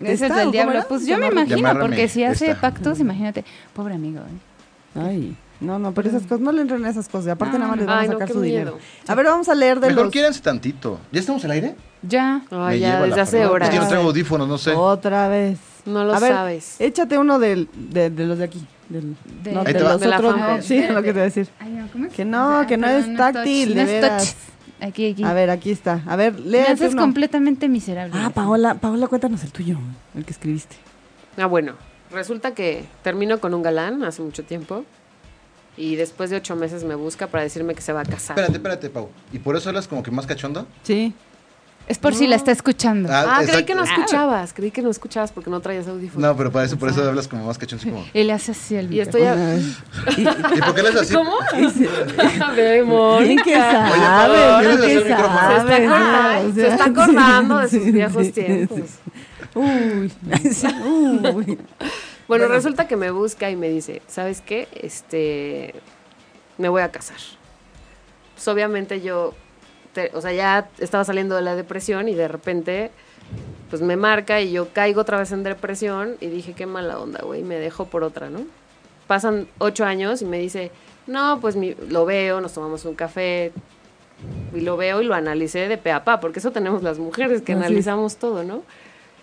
Ese es ¿Está o del cómo diablo. era? Pues yo me Llamar- imagino, Llamárame, porque si hace esta. pactos, imagínate. Pobre amigo. ¿eh? Ay, no, no, pero Mm. esas cosas, no le entren a esas cosas. y Aparte nada más les van Ay, a no, sacar qué su miedo. dinero. A ver, vamos a leer de Mejor los... quiéranse tantito. ¿Ya estamos al aire? Ya. Me Ay, lleva ya, la desde hace fregada. horas. Es que yo no traigo audífonos, no sé. Otra vez. No lo A ver, sabes. Échate uno del- de, de los de aquí. Del, De- no, Ahí de te va. los De la otros. fanpage. no, sí, es lo que te voy a decir. Ay, no, ¿cómo es? Que no, Ah, que no perdón, es táctil, touch, de no es veras. touch. Aquí, aquí. A ver, aquí está. A ver, Me léete haces uno. completamente miserable. Ah, Paola, Paola, cuéntanos el tuyo, el que escribiste. Ah, bueno. Resulta que termino con un galán hace mucho tiempo. Y después de ocho meses me busca para decirme que se va a casar. Espérate, espérate, Pau. ¿Y por eso hablas como que más cachondo? Pues, Sí. Es por si la está escuchando. Ah, creí que no exacto. escuchabas. Creí que no escuchabas porque no traías audífonos. No, pero para eso, por eso hablas como más cachondo. así como- Y le hace así el Y estoy a... ¿Y por qué hablas así? ¿Cómo? sí. Vemos. Bien que Paola, sabe, bien tienes el que micrófono. Se sabe. ¿no? está acordando, O se sea, está sí, acordando de sus sí, viejos sí, tiempos. sí. Uy, sí, uy. Bueno, resulta que me busca y me dice, ¿sabes qué? Este, me voy a casar. Pues obviamente yo, te- o sea, ya estaba saliendo de la depresión y de repente, pues me marca y yo caigo otra vez en depresión y dije, qué mala onda, güey, me dejó por otra, ¿no? Pasan ocho años y me dice, no, pues mi- lo veo, nos tomamos un café y lo veo y lo analicé de pe a pa, porque eso tenemos las mujeres que Así es. analizamos todo, ¿no?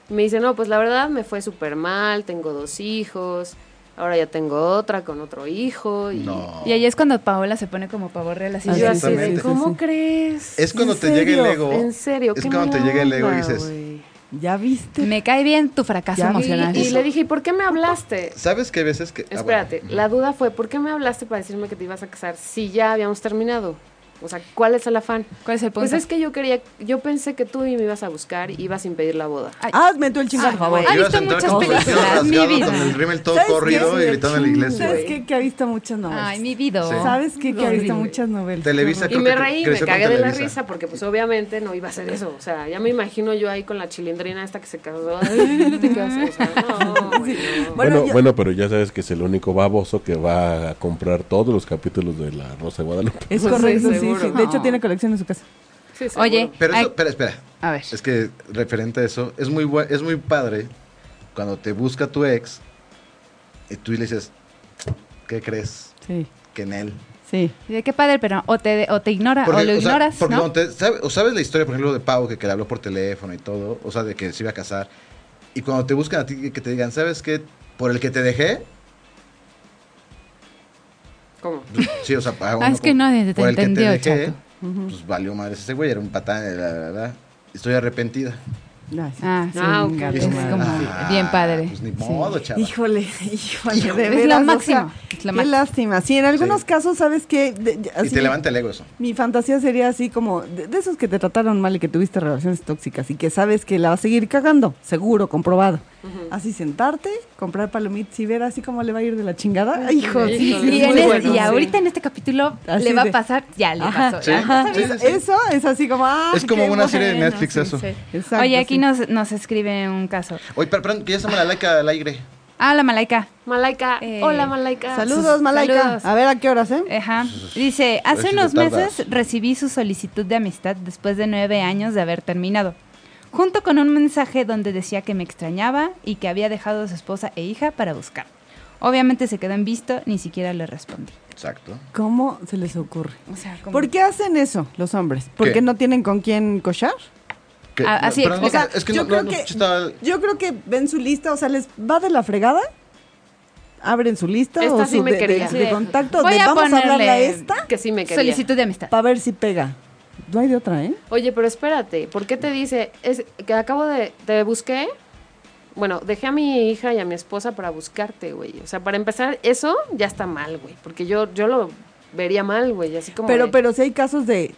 Me dice, no, pues la verdad me fue súper mal, tengo dos hijos, ahora ya tengo otra con otro hijo. Y, No. Y ahí es cuando Paola se pone como pavo real así. y Así yo es, así sí, de, sí, ¿cómo sí. crees? Es cuando ¿En te llega el serio? ego. En serio, Es qué cuando te mala llega el ego y onda, dices, güey. ¿Ya viste? Me cae bien tu fracaso Ya. emocional. Y, y le dije, ¿y por qué me hablaste? ¿Sabes qué veces que... ah, bueno. Espérate, la duda fue, ¿por qué me hablaste para decirme que te ibas a casar si ya habíamos terminado? O sea, ¿cuál es el afán? ¿Cuál es el punto? Pues es que yo quería, yo pensé que tú me ibas a buscar y ibas a impedir la boda. Hazme tú el chingado, por favor. Ha Ibas visto a entrar muchas como películas, vestido rasgado, mi vida. Con el rímel todo ¿Sabes qué? corrido y gritando en la iglesia. ¿Sabes güey. qué? Que ha visto muchas novelas. Ay, mi vida. Sí. ¿Sabes qué? Que ¿Eh? ha visto Horrible. muchas novelas. Televisa Y creo me que reí, me creció con cagué de la Televisa. risa, porque pues obviamente no iba a hacer eso. O sea, ya me imagino yo ahí con la chilindrina esta que se casó. Ay, no te casas, o sea, no, güey, no. Bueno, Bueno, yo- bueno, pero ya sabes que es el único baboso que va a comprar todos los capítulos de La Rosa de Guadalupe. Es Pues sí, correcto, sí, Seguro. sí, de hecho No. tiene colección en su casa. Sí, seguro. Oye, Pero ay, eso, espera, espera. a ver. Es que referente a eso, es muy bua- es muy padre cuando te busca tu ex y tú le dices, ¿qué crees? Sí, Que en él. sí. De qué padre, pero o te, o te ignora Ah, o lo o sea, ignoras, porque ¿no? cuando te- sabe- o sabes la historia, por ejemplo, de Pau que, que le habló por teléfono y todo, o sea, de que se iba a casar. Y cuando te buscan a ti y que te digan, ¿sabes qué? Por el que te dejé, ¿Cómo? pues, sí, o sea, ah, Ah, es que no, te- te por el que entendió, te dejé, chato. pues valió madre ese güey, era un patán, la, la, la. Estoy arrepentida. Ah, sí. Ah, sí, Ah, ok. gato, Y es madre. como bien padre. Pues ni Sí. modo, chaval. Híjole, híjole, de Es lo veras, o máximo, sea, es lo qué máximo. lástima. Sí, en algunos Sí. casos, ¿sabes qué? De- de- Y así, te levanta el ego eso. Mi fantasía sería así como de, de esos que te trataron mal y que tuviste relaciones tóxicas y que sabes que la vas a seguir cagando, seguro, comprobado. Así sentarte, comprar palomitas y ver así como le va a ir de la chingada. Hijo, sí, sí, híjole, sí, Y, es en muy este- bueno, y sí. ahorita en este capítulo Así le va de- a pasar, ya le Ajá, pasó. sí. ya. Ajá, Sí, es- sí, sí. Eso es así como. ah, Es como qué una serie de bueno, Netflix sí, eso. sí. Exacto, Oye, aquí sí. nos, nos escribe un caso. Oye, pero, perdón, que ya se me la laica al aire. Ah, la Malaika. Malaika. Eh, Hola, Malaika. Saludos, Malaika. Saludos. A ver a qué horas, ¿eh? Ajá. Dice, hace si te unos tardas. meses recibí su solicitud de amistad después de nueve años de haber terminado, junto con un mensaje donde decía que me extrañaba y que había dejado a su esposa e hija para buscar. Obviamente se quedó en visto, ni siquiera le respondí. Exacto. ¿Cómo se les ocurre? O sea, como- ¿Por qué hacen eso los hombres? ¿Porque ¿Qué? no tienen con quién cochar? Que- Ah, no, así, pero no, explica. es que yo, no, no, creo no, que, estaba- yo creo que ven su lista, o sea, les va de la fregada, abren su lista Esta o sí su me de, de- quería. de Sí. contacto, Voy de a vamos a hablarle a ponerle- esta Que sí me quería. solicitud de amistad. para ver si pega. No hay de otra, ¿eh? Oye, pero espérate, ¿por qué te dice es que acabo de te busqué? Bueno, dejé a mi hija y a mi esposa para buscarte, güey. O sea, para empezar, eso ya está mal, güey, porque yo yo lo vería mal, güey, así como Pero, de- pero si hay casos de...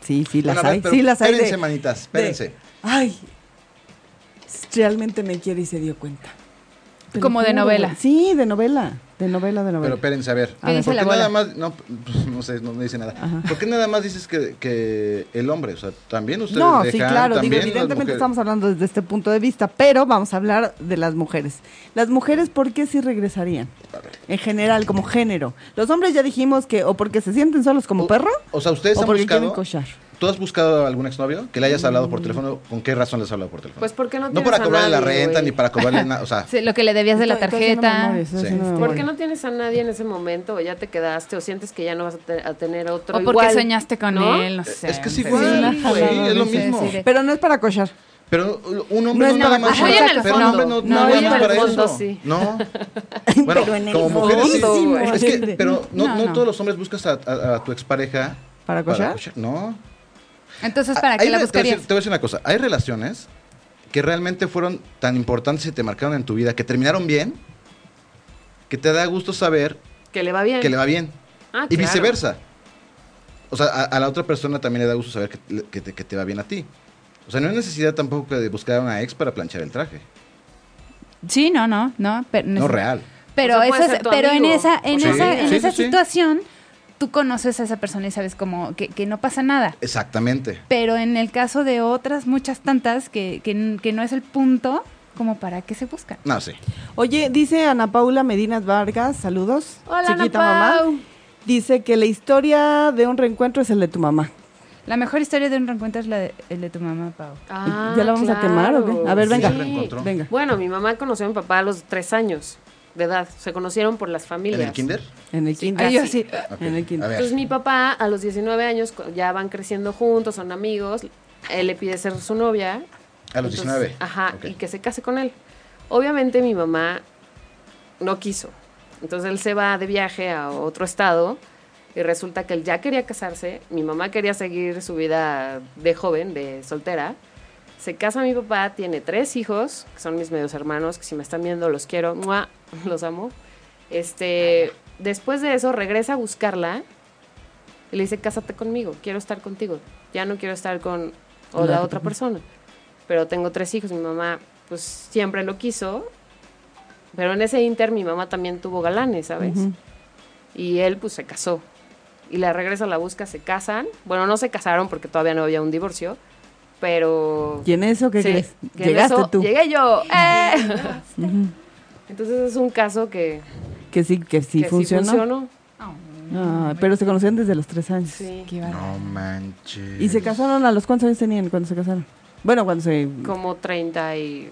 Sí, sí las Bueno, a ver, hay, pero sí las hay. de- Espérense, manitas, de- espérense. Ay, realmente me quiere y se dio cuenta. Te lo Como de juro, novela. güey. Sí, de novela, de novela, de Pero novela. espérense, a ver. ¿Qué dice ¿Por la qué nada abuela? más.? No, pues, no sé, no me dice nada. ¿Por qué nada más dices que, que el hombre? O sea, también ustedes. No, sí, dejan, claro, digo, también las evidentemente mujeres? estamos hablando desde este punto de vista, pero vamos a hablar de las mujeres. Las mujeres, ¿por qué sí regresarían? En general, como género. Los hombres ya dijimos que o porque se sienten solos como O- perro, O sea, ustedes o han porque quieren buscado. cochar. Mm. ¿Tú has buscado a algún exnovio que le hayas hablado por teléfono? ¿Con qué razón le has hablado por teléfono? Pues, ¿por qué no No tienes para a cobrarle la nadie, renta güey? ni para cobrarle nada. O sea, Sí, Lo que le debías de la Estoy- estoy haciendo tarjeta. memoria, estoy Sí. haciendo ¿Por memoria. qué no tienes a nadie en ese momento? ¿O ya te quedaste? ¿O sientes que ya no vas a, te- a tener otro? O porque igual, soñaste con ¿no? él, no sé. es que es no sé. igual. una güey, jalada, es lo dice, mismo. sí, de- Pero no es para cochar. Pero un hombre No no, es nada nada más. más. Muy en el pero un hombre no, fondo. no, No, nada en más el para fondo eso. sí. No. Bueno, Pero en el como mujeres sí. fondo, Es que, siempre. pero no, No, no no. todos los hombres buscas a, a- a tu expareja. ¿Para cochar? No. Entonces, ¿para qué Hay la re- te voy a buscarías? decir- Te voy a decir una cosa. Hay relaciones que realmente fueron tan importantes y te marcaron en tu vida, que terminaron bien, que te da gusto saber Que le va bien. que le va bien. Ah, y claro. viceversa. O sea, a, a la otra persona también le da gusto saber que, le- que te, que te va bien a ti. O sea, no hay necesidad tampoco de buscar a una ex para planchar el traje. Sí, no, no, no. Pero, No real. Pero, O sea, puede esas- ser tu pero en amigo. esa, en Sí, esa, en sí, esa sí, sí. situación, tú conoces a esa persona y sabes como que, que no pasa nada. Exactamente. Pero en el caso de otras muchas tantas que, que, n- que no es el punto, como para qué se buscan. No, sí. Oye, dice Ana Paula Medinas Vargas, saludos. Hola, chiquita Ana Pau. mamá. Dice que la historia de un reencuentro es el de tu mamá. La mejor historia de un reencuentro es la de, el de tu mamá, Pau. Ah, ¿Ya la vamos a quemar o qué? A ver, Sí. venga. reencontró. Venga. Bueno, mi mamá conoció a mi papá a los tres años de edad. Se conocieron por las familias. ¿En el kinder? En el quinto. Ay, yo así. Ok, En el kinder. A ver. Entonces mi papá a los 19 años cu- ya van creciendo juntos, son amigos, él le pide ser su novia. A los 19. Ajá, Ok. y que se case con él. Obviamente mi mamá no quiso. Entonces él se va de viaje a otro estado y resulta que él ya quería casarse, mi mamá quería seguir su vida de joven, de soltera. Se casa mi papá, tiene tres hijos, que son mis medios hermanos, que si me están viendo los quiero, ¡mua! los amo. Este, después de eso regresa a buscarla y le dice, "Cásate conmigo, quiero estar contigo. Ya no quiero estar con o la otra persona." Pero tengo tres hijos, mi mamá pues siempre lo quiso, pero en ese inter mi mamá también tuvo galanes, ¿sabes? Y él pues se casó. Y la regresa, la busca, se casan. Bueno, no se casaron porque todavía no había un divorcio, pero... ¿Quién es o qué Sí, crees? que en Llegaste eso tú. Llegué yo. ¡eh! Entonces es un caso que, Que sí, que sí que sí funcionó. funcionó. Ah, pero se conocían desde los tres años. Sí. Qué bárbaro. No manches. ¿Y se casaron a los cuántos años tenían cuando se casaron? Bueno, cuando se... Como 30 y...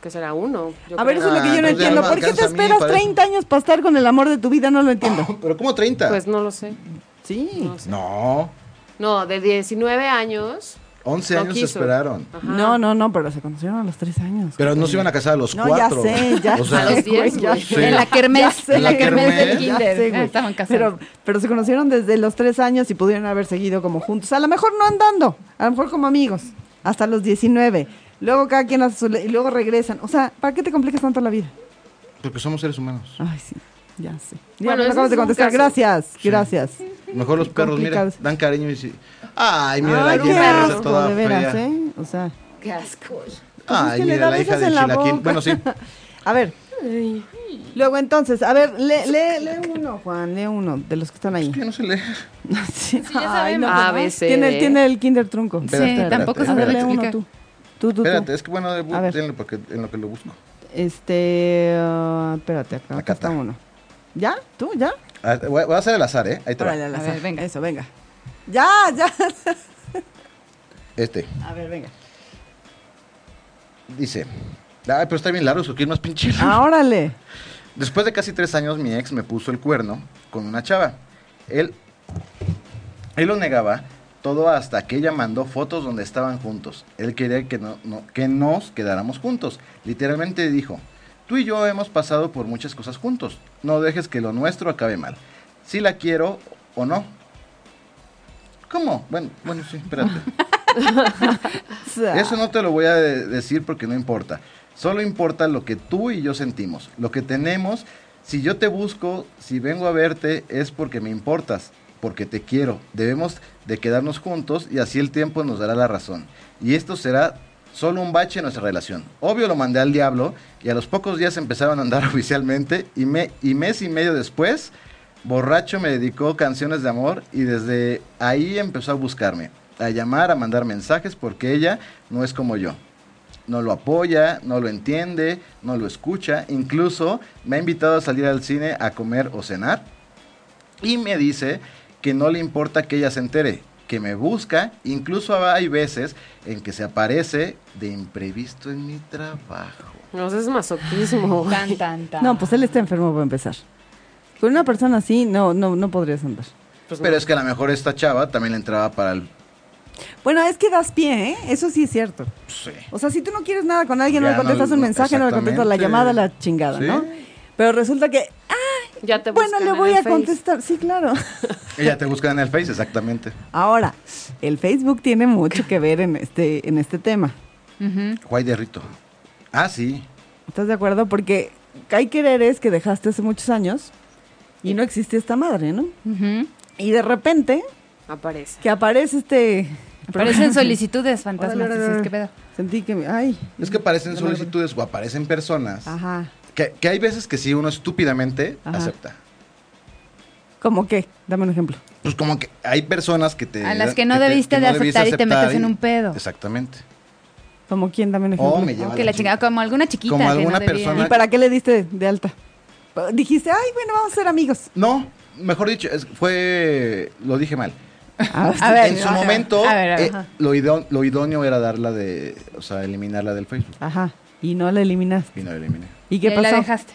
¿Qué será? Uno. yo A ver, creo. eso es lo que yo no Ah, entiendo. pues. entonces ya no ¿Por qué te alcanza a mí, esperas para eso. 30 años para estar con el amor de tu vida? No lo entiendo. Pero ¿cómo 30? Pues no lo sé. sí. no No, sé. No, de 19 años. 11 No años se quiso. esperaron. Ajá. No, no, no, pero se conocieron a los tres años. Pero no se iban a casar a los No, ya cuatro. sé, ya O sea, A los diez, güey, ya güey. sé. En la Ya kermés. sé, En la ¿La kermés del kermés? Ya kinder. sé, güey. Ah, estaban casados. Pero, pero se conocieron desde los tres años y pudieron haber seguido como juntos. A lo mejor no andando, a lo mejor como amigos, hasta los 19. Luego cada quien hace su... le- Y luego regresan. O sea, ¿para qué te complicas tanto la vida? Porque somos seres humanos. Ay, sí, ya sé. Ya me Bueno, ese acabas es de un contestar. caso. Gracias, gracias. Mejor los perros, mira, Complicados. dan cariño y dicen, ay, Ay, mira la Ah, qué hija asco, toda de veras, fea. ¿eh? O sea... Qué asco. Pues es Ay, que le mira da la hija besos del en la chilaquín. boca. Bueno, sí. A ver. Luego entonces, a ver, lee, lee, lee uno, Juan, lee uno de los que están ahí. Que no se lee. Sí, sabemos. A, B, C, Tiene, D. tiene el kinder trunco. Sí, tampoco A se ver, puede lee explicar. uno tú. Tú, tú, tú. Espérate, es que bueno, de- A ver. denle porque- en lo que lo busco. Este, ah, espérate, acá, acá Acá está está. uno. ¿Ya? ¿Tú? ¿Ya? A ver, Ah, Voy a voy a hacer el azar, ¿eh? Ahí te va. Órale, al A azar. ver, venga. Eso, venga. Ya, ya. Este. A ver, venga. Dice. Ay, pero está bien largo, eso que más pinche. largo". Ah, órale. Después de casi tres años, mi ex me puso el cuerno con una chava. Él, él lo negaba todo hasta que ella mandó fotos donde estaban juntos. Él quería que, no, no- que nos quedáramos juntos. Literalmente dijo, tú y yo hemos pasado por muchas cosas juntos. No dejes que lo nuestro acabe mal. Si la quiero o no. ¿Cómo? Bueno, bueno, sí, espérate. Eso no te lo voy a de- decir porque no importa. Solo importa lo que tú y yo sentimos, lo que tenemos. Si yo te busco, si vengo a verte, es porque me importas, porque te quiero. Debemos de quedarnos juntos y así el tiempo nos dará la razón. Y esto será solo un bache en nuestra relación. Obvio lo mandé al diablo y a los pocos días empezaron a andar oficialmente y, me, y mes y medio después, borracho me dedicó canciones de amor y desde ahí empezó a buscarme a llamar, a mandar mensajes porque ella no es como yo. No lo apoya, no lo entiende, no lo escucha. Incluso me ha invitado a salir al cine a comer o cenar. Y me dice que no le importa que ella se entere, que me busca. Incluso hay veces en que se aparece de imprevisto en mi trabajo. No, eso es masoquismo. güey. Tan, tan, tan. No, pues él está enfermo para empezar. Con una persona así, no, no, no podrías andar. Pero es que a lo mejor esta chava también le entraba para el... Bueno, es que das pie, ¿eh? Eso sí es cierto. Sí. O sea, si tú no quieres nada con alguien, no Ya le contestas no- un mensaje, no le contestas la exactamente. llamada, la chingada, Sí. ¿no? Pero resulta que, Ya te bueno, buscan le en voy el a Face. contestar. Sí, claro. Ella te busca en el Face, exactamente. Ahora, el Facebook tiene mucho que ver en este, en este tema. Ujú. Guay de Rito. Ah, sí. ¿Estás de acuerdo? Porque hay quereres que dejaste hace muchos años y no existía esta madre, ¿no? Ujú. Y de repente, Aparece. que aparece este... Aparecen solicitudes fantasmas. Órale, órale, dices, órale. ¿qué pedo? Sentí que... me- Ay. Es que aparecen solicitudes o aparecen personas Ajá. que, que hay veces que sí uno estúpidamente Ajá. acepta. ¿Cómo qué? Dame un ejemplo. Pues como que hay personas que te... A las que no debiste de aceptar y te metes en un pedo. Exactamente. ¿Cómo quién? Dame un ejemplo. O Oh, me lleva Como a que la chingada, como alguna chiquita. que Como no alguna debía. persona- ¿Y para qué le diste de alta? Pa- Dijiste, ay, bueno, vamos a ser amigos. No, mejor dicho, es- fue... Lo dije mal. Ah, A ver, en su ajá. momento, A ver, eh, ajá. lo, idó- lo idóneo era darla de... O sea, eliminarla del Facebook. Ajá. Y no la eliminaste. Y no la eliminé. ¿Y qué Y ahí La pasó? dejaste.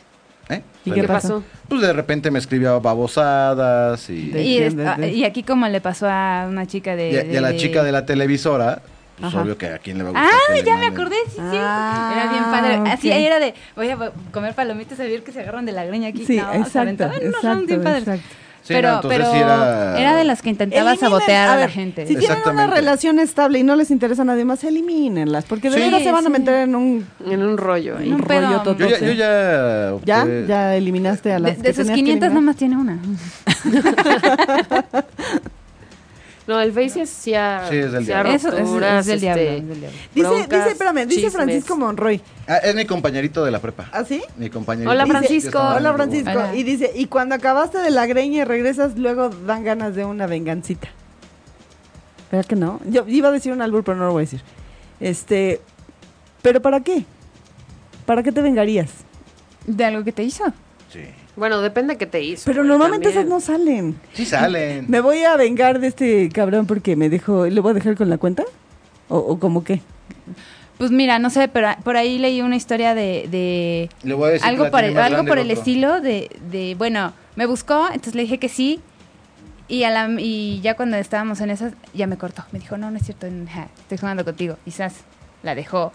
¿Eh? ¿Y La qué dejé. ¿Qué pasó? pasó? Pues de repente me escribía babosadas y... De- Y, quién, esta- de- y aquí como le pasó a una chica de... y a, y a la chica de la televisora, pues Ajá. obvio que a quién le va a gustar. Eh, Ah, que le ya me manden- acordé, sí, sí. Ah, era bien padre. Así, ok. ahí era de, voy a comer palomitas a ver que se agarran de la greña aquí. Sí, No, se exacto, aventaban unos exacto, rounds bien padres. exacto. Sí, pero, no, entonces pero sí era- era de las que intentaba Eliminen- sabotear a, la ver, gente. Si tienen una Exactamente. relación estable y no les interesa a nadie más, elimínenlas. Porque de Sí. verdad se van a Sí. meter en un, En un rollo ahí. un un pedo. rollo totote. Yo ya, yo ya, opté- ¿Ya? ¿Ya eliminaste a de, las de que sus tenías que 500 eliminar? nomás tiene una. No, el Face sí hacía Sí, es del hacía diablo. Eso es, rupturas, es del diablo. este, es del diablo. Dice, broncas, dice, espérame, dice chismes. Francisco Monroy. Ah, es mi compañerito de la prepa. ¿Ah, sí? Mi compañerito. Hola, Dice- Francisco. Yo estaba Hola en el grupo. Francisco. Hola. Y dice, y cuando acabaste de la greña y regresas, luego dan ganas de una vengancita. ¿Verdad que no? Yo iba a decir un albur, pero no lo voy a decir. Este, ¿pero para qué? ¿Para qué te vengarías? ¿De algo que te hizo? Sí. Bueno, depende que te hizo. Pero güey, normalmente también. esas no salen. Sí salen. Me voy a vengar de este cabrón porque me dejó. ¿Le voy a dejar con la cuenta? ¿O, o como qué? Pues mira, no sé, pero a- por ahí leí una historia de, de Le voy a decir que algo, la por tiene el, más algo grande por el el otro. estilo de, de, bueno, me buscó, entonces le dije que sí. Y, a la- y ya cuando estábamos en esas, ya me cortó. Me dijo, no, no es cierto, ja, estoy jugando contigo. Quizás la dejó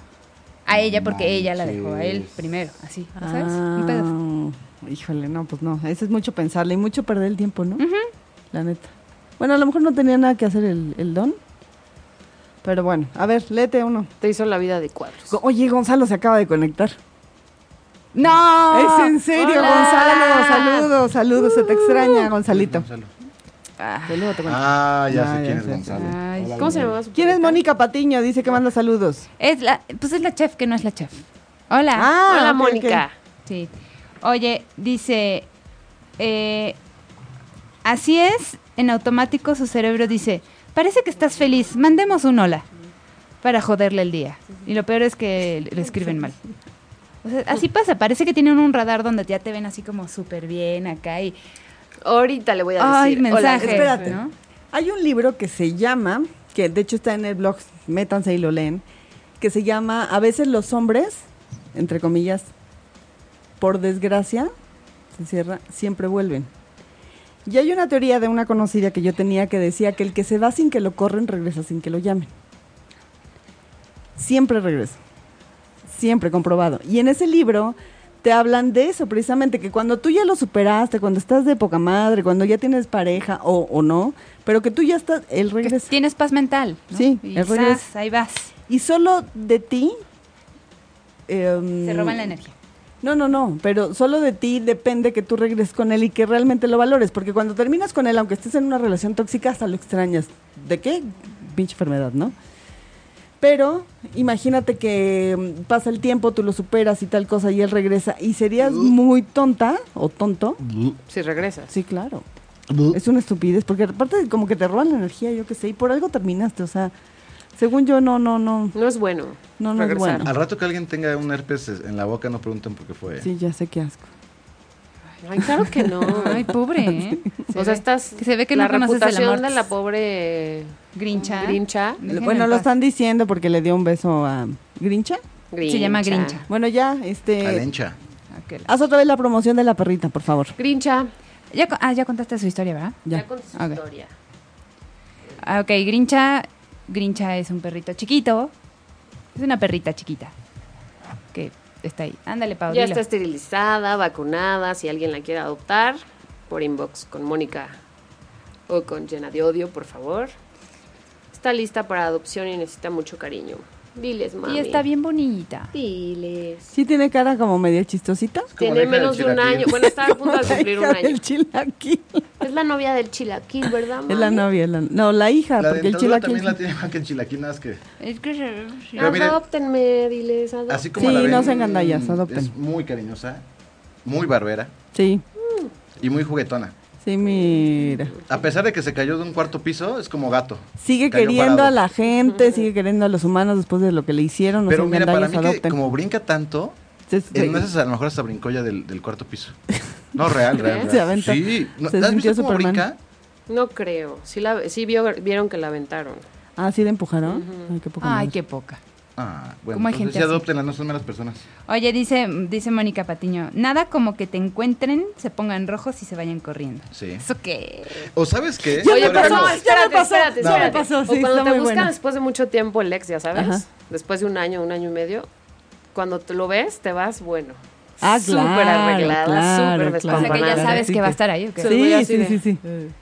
a No ella porque ella la dejó a él manches. primero, así. ¿no ¿Sabes? Un pedo. Ah, Híjole, no, pues no. Eso es mucho pensarle y mucho perder el tiempo, ¿no? La neta. Bueno, a lo mejor no tenía nada que hacer el, el don. Pero bueno, a ver, léete uno. Te hizo la vida de cuadros. Go- Oye, Gonzalo se acaba de conectar. ¡No! es en serio, Ah, Hola. Gonzalo. Saludos, saludos. se te extraña, Gonzalito. Gonzalo. Luego te cuento. Ah, ya Ah, sé ya quién es sé. Gonzalo. Ay, Hola, ¿Cómo se Gonzalo. llamaba su ¿Quién es perrita? Mónica Patiño? Dice que manda saludos. Es la, pues es la chef que no es la chef. Hola. Ah, ok, Hola, ok. Mónica. Sí. Oye, dice, eh, así es, en automático su cerebro dice, parece que estás feliz, mandemos un hola para joderle el día. Y lo peor es que lo escriben mal. O sea, así pasa, parece que tienen un radar donde ya te ven así como súper bien acá y... Ahorita le voy a decir. ¡Ay, Hola, mensaje! jefe, espérate. ¿no? Hay un libro que se llama, que de hecho está en el blog, métanse y lo leen, que se llama A veces los hombres, entre comillas, por desgracia, se cierra, siempre vuelven. Y hay una teoría de una conocida que yo tenía que decía que el que se va sin que lo corren regresa sin que lo llamen. Siempre regresa. Siempre comprobado. Y en ese libro te hablan de eso precisamente, que cuando tú ya lo superaste, cuando estás de poca madre, cuando ya tienes pareja o, o no, pero que tú ya estás, él Que regresa. Tienes paz mental. ¿no? Sí, Y el regresa. zas, ahí vas. Y solo de ti... em, Se roban la energía. No, no, no, pero solo de ti depende que tú regreses con él y que realmente lo valores, porque cuando terminas con él, aunque estés en una relación tóxica, hasta lo extrañas. ¿De qué? Pinche enfermedad, ¿no? Pero imagínate que mm, pasa el tiempo, tú lo superas y tal cosa y él regresa y serías muy tonta o tonto. Si regresas. Sí, claro. Es una estupidez, porque aparte como que te roban la energía, yo qué sé, y por algo terminaste, o sea, según yo, no, no, no. No es bueno. No, no es regresar. bueno. Al rato que alguien tenga un herpes en la boca, no pregunten por qué fue. ¿eh? Sí, ya sé qué asco. Ay, claro que no. Ay, pobre, ¿eh? o sea, estás. que se ve que la no conoces el reputación amor. de la pobre Grincha. Grincha. Déjenme bueno, en lo paz. están diciendo porque le dio un beso a Grincha. Se llama Grincha. Bueno, ya, este. Alencha. Aquel. Haz otra vez la promoción de la perrita, por favor. Grincha. Ya, co- ah, ya contaste su historia, ¿verdad? Ya, Ya. con su Ok. historia. Ah, ok, Grincha. Grincha es un perrito chiquito. Es una perrita chiquita. Que está ahí. Ándale, Ah, Pau. Ya dilo. está esterilizada, vacunada. Si alguien la quiere adoptar, por inbox con Mónica o con Llena de Odio, por favor. Está lista para adopción y necesita mucho cariño. Diles, mami. Y está bien bonita. Diles. Sí tiene cara como media chistosita. Es como la Tiene hija del menos de un chilaquil. año. Bueno, está a punto de cumplir un La hija año. del chilaquil. Es la novia del chilaquil, ¿verdad, mami? Es la novia, la- no, la hija, La Ah, porque el chilaquil. dentadura también la tiene más que el chilaquil, nada más que... Es que se- Pero miren, Adóptenme, diles, adóptenme. Así como Sí, la ven, no sean gandallas, adopten. Es muy cariñosa, muy barbera Sí, y muy juguetona. sí, mira. A pesar de que se cayó de un cuarto piso, es como gato. Sigue Cayó queriendo parado. a la gente, sigue queriendo a los humanos después de lo que le hicieron. No Pero sean mira, para gandallas, mí que adopten. como brinca tanto, eh, Se- en una de se- esas a lo mejor hasta brincó ya del, del cuarto piso. No, real, real. Se real. aventó. Sí. ¿No- Se ¿Has sintió visto cómo Superman. brinca? No creo. Sí, la, sí vio- vieron que la aventaron. Ah, sí, le empujaron. Ay, qué poco. Ay, qué poca. Ah, bueno, ¿Cómo hay entonces gente sí así? adoptenlas, no son malas personas. Oye, dice, dice Mónica Patiño, nada como que te encuentren, se pongan rojos y se vayan corriendo. Sí. ¿Eso qué? ¿O sabes qué? Ya me Ahora pasó, no. ya me pasó, espérate, ya me espérate. pasó, sí, o cuando está te muy buscan bueno. después de mucho tiempo el ex, ya sabes. Ajá. Después de un año, un año y medio. Cuando te lo ves, te vas, bueno. Ah, Súper claro, arreglada, claro, súper O sea, claro. que ya despampanada. sabes Sí, que va a que- estar ahí, ¿o qué? Sí. muy Sí, así sí, de- sí,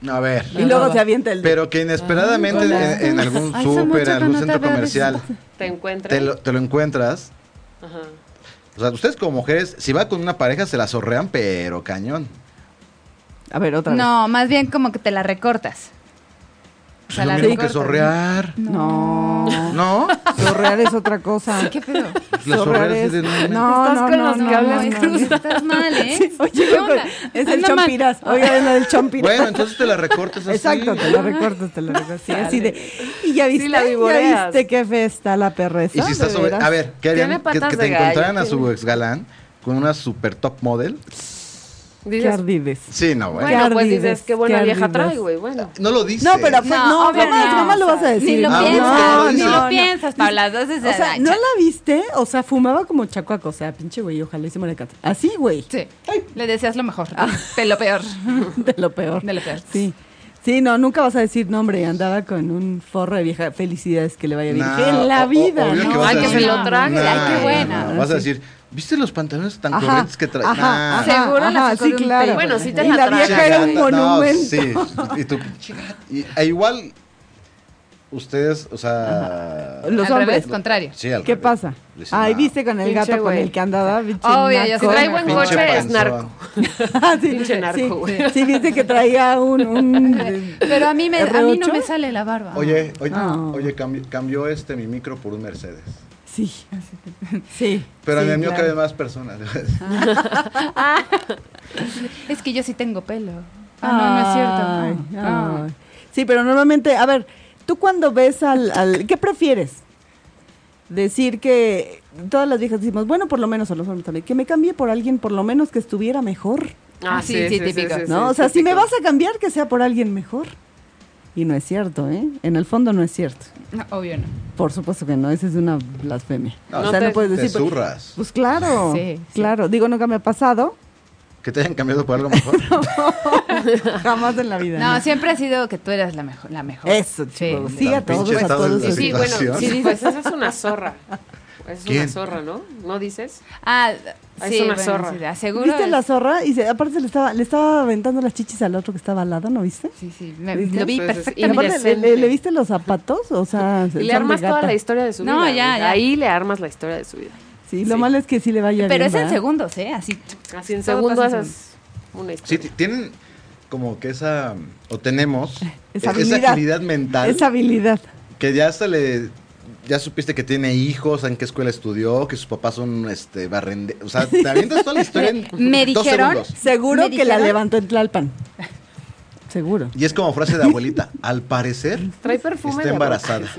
sí. A ver. Y luego Ah, se avienta el. Pero que inesperadamente en, en algún Ay, son súper, mucho en algún cuando te centro veo comercial, Te encuentras. te lo, te lo encuentras. Ajá. O sea, ustedes como mujeres, si va con una pareja, se la zorrean, pero cañón. A ver, otra vez. No, más bien como que te la recortas. Es sea, lo la mismo que recortan. zorrear. No. ¿No? Zorrear es otra cosa. ¿Qué pedo? Zorrear La zorrear es- es de- No, Estás no, con no, los no, que no, hablas es- cruz. Estás mal, ¿eh? Oye, ¿Qué con- onda? es el Anda mal. chompiras. Oiga, viene del chompiras. Bueno, entonces te la recortas así. Exacto, te lo recortas, te lo recortas. Sí, así de. Y ya viste, la ya vivoreas. viste qué fe está la perreza. Y si estás de sobre... veras. A ver, ¿qué harían? Tiene Que, patas que te de encontraran gallo, a su tiene- ex galán con una super top model. Qué Dices, ardides. Sí, no, güey. bueno, Qué pues ardides, dices, qué buena qué vieja ardides. trae, güey, bueno. No lo dice. No, pero fue, No, no, obvio jamás, no, jamás lo o sea, vas a decir. Ni lo Ah, piensas, no, ni no, lo no. piensas, Paula. Entonces, O sea, ay, ¿no chale. la viste? O sea, fumaba como chacuaco. O sea, pinche güey, ojalá y se muera de cáncer. Así, güey. Sí. Le deseas lo mejor. De lo peor. De lo peor. De lo peor. Sí. Sí, no, nunca vas a decir, no, hombre, andaba con un forro de vieja. Felicidades, que le vaya bien. Nah, Que en la o- o- vida. obvio ¿no? que vas a Ay, que decir, se lo trague, "Nah, ay, qué buena. no, Vas a decir, ¿viste los pantalones tan Ajá, corrientes que trae? ajá, Nah. ajá, Seguro la ajá, sacó sí, de un claro. table. Bueno, sí te y la la traga, vieja era un Chingada, no, monumento. sí. Y tú, chingada, y- e igual, ustedes, o sea. Los Al hombres. revés, contrario. sí, al ¿Qué revés. pasa? Dicen, "Ah, Ay, "Nah, viste con el Pinche gato con güey. el que andaba. pinche Obvio, yo naco. sí. Si trae buen Pinche coche, es panzón. narco. Ah, sí, Pinche sí, narco, güey. Sí, sí, viste que traía un... un- Pero a mí, me, a mí no ¿R8? me sale la barba. Oye, oye, No. oye, cambió, cambió este mi micro por un Mercedes. Sí. Sí. Pero en sí, el mío claro. Ah, caben más personas. Es que yo sí tengo pelo. Ah, no, no es cierto. no. Ay, Ah. ay. Sí, pero normalmente, a ver, tú cuando ves al, al- ¿Qué prefieres? Decir que todas las viejas decimos, bueno, por lo menos a los hombres también, que me cambie por alguien por lo menos que estuviera mejor, Ah, sí, sí, típico. ¿no? o sea, si me vas a cambiar, que sea por alguien mejor. Y no es cierto, ¿eh? En el fondo no es cierto. No, obvio no. Por supuesto que no, esa es una blasfemia. No, o sea, te- no puedes Te decir... pero- zurras. Pues claro, Sí, sí. claro. Digo, nunca me ha pasado, Que te hayan cambiado por algo mejor. jamás en la vida. No, siempre ha sido que tú eras la mejor. La mejor. Eso, chicos. Sí, a Tan todos, pinche a estado todos. de la a Y sí, todos. bueno, situación. sí dices, pues esa es una zorra. Es una ¿Quién? zorra, ¿no? ¿No dices? Ah, Es sí, una bueno, zorra. sí, aseguro. ¿Viste la es- zorra? Y se- aparte se le estaba, le estaba aventando las chichis al otro que estaba al lado, ¿no viste? Sí, sí, me- ¿Viste? lo vi Entonces, Y aparte, perfectamente. ¿le, le, Indecente. le viste los zapatos? O sea, Y le armas toda la historia. historia de su No, vida. ya, güey. ya. Ahí le armas la historia de su vida. Sí, lo Sí. malo es que sí le vaya bien. Pero es en ¿verdad? segundos, ¿eh? Así. Así en Todo segundo pasa en esa es una Sí, historia. ti- tienen como que esa, o tenemos, Esa esa, habilidad. habilidad, mental Esa habilidad. que ya hasta le, ya supiste que tiene hijos, en qué escuela estudió, que sus papás son este barrende, o sea, te avientas toda la historia en Me dos dijeron- segundos. Seguro ¿Me que la dijeron? levantó en Tlalpan. Seguro. Y es como frase de abuelita, al parecer Trae perfume está de embarazada. abuela.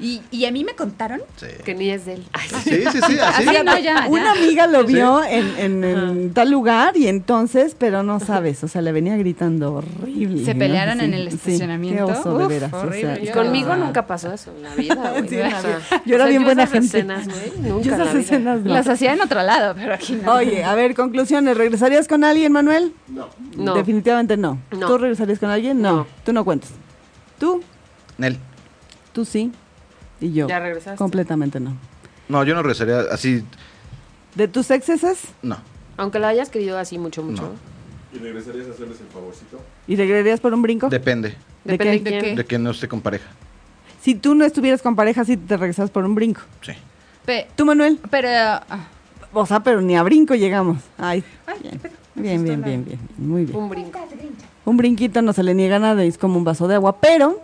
Y, y a mí me contaron. Sí. Que ni es de él. Ay, sí. sí, sí, sí, así. Así, ¿Ah, no, ya. Una ya. amiga lo vio en, en- en tal lugar y entonces, pero no sabes, o sea, le venía gritando horrible. Se ¿no? pelearon Sí, en el sí, estacionamiento. qué oso, de Uf, veras, o sea, horrible. qué Yo- Conmigo horror. nunca pasó eso en la vida, güey. Sí, O la sea, vida. Yo era o sea, bien buena esas gente. escenas, güey, nunca Yo en la esas vida. escenas no. Las hacía en otro lado, pero aquí no. Oye, a ver, conclusiones. ¿Regresarías con alguien, Manuel? No. Definitivamente no. No. ¿Tú regresarías con alguien? No. No. Tú no cuentas. ¿Tú? Nel, Tú sí. Y yo. Ya regresaste. Completamente no. no, yo no regresaría así, ¿De tus exceses? no. Aunque la hayas querido así mucho, mucho. No. ¿Y regresarías a hacerles el favorcito? ¿Y regresarías por un brinco? Depende ¿De Depende qué? de quién. de que no esté con pareja. Si tú no estuvieras con pareja, sí te regresas por un brinco. Sí. Pe- ¿Tú, Manuel? pero. ah, O sea, pero ni a brinco llegamos. Ay, bien. Bien, bien, bien, bien. Muy bien. pues Un brinco. Un brinquito no se le niega nada y es como un vaso de agua, pero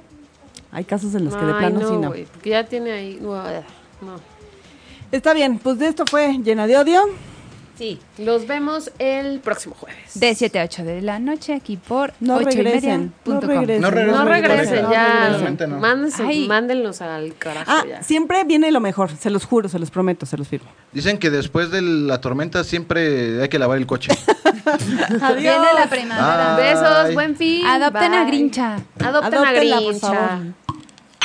hay casos en los que de Ay, plano sí no, no. güey, porque ya tiene ahí. No. Está bien, pues de esto fue llena de odio. Sí. Los vemos el próximo jueves. De 7 a 8 de la noche aquí por No 8 y media regresen, no punto com. regresen. No no regresen, regresen, No ya. realmente no. Mándense- Ay. mándenlos al carajo Ah, ya. siempre viene lo mejor, se los juro, se los prometo, se los firmo. Dicen que después de la tormenta siempre hay que lavar el coche. Viene la primavera. Bye. Besos, buen fin. Adopten a bye. Grincha. Adopten a Adóptenla, por Grincha. favor.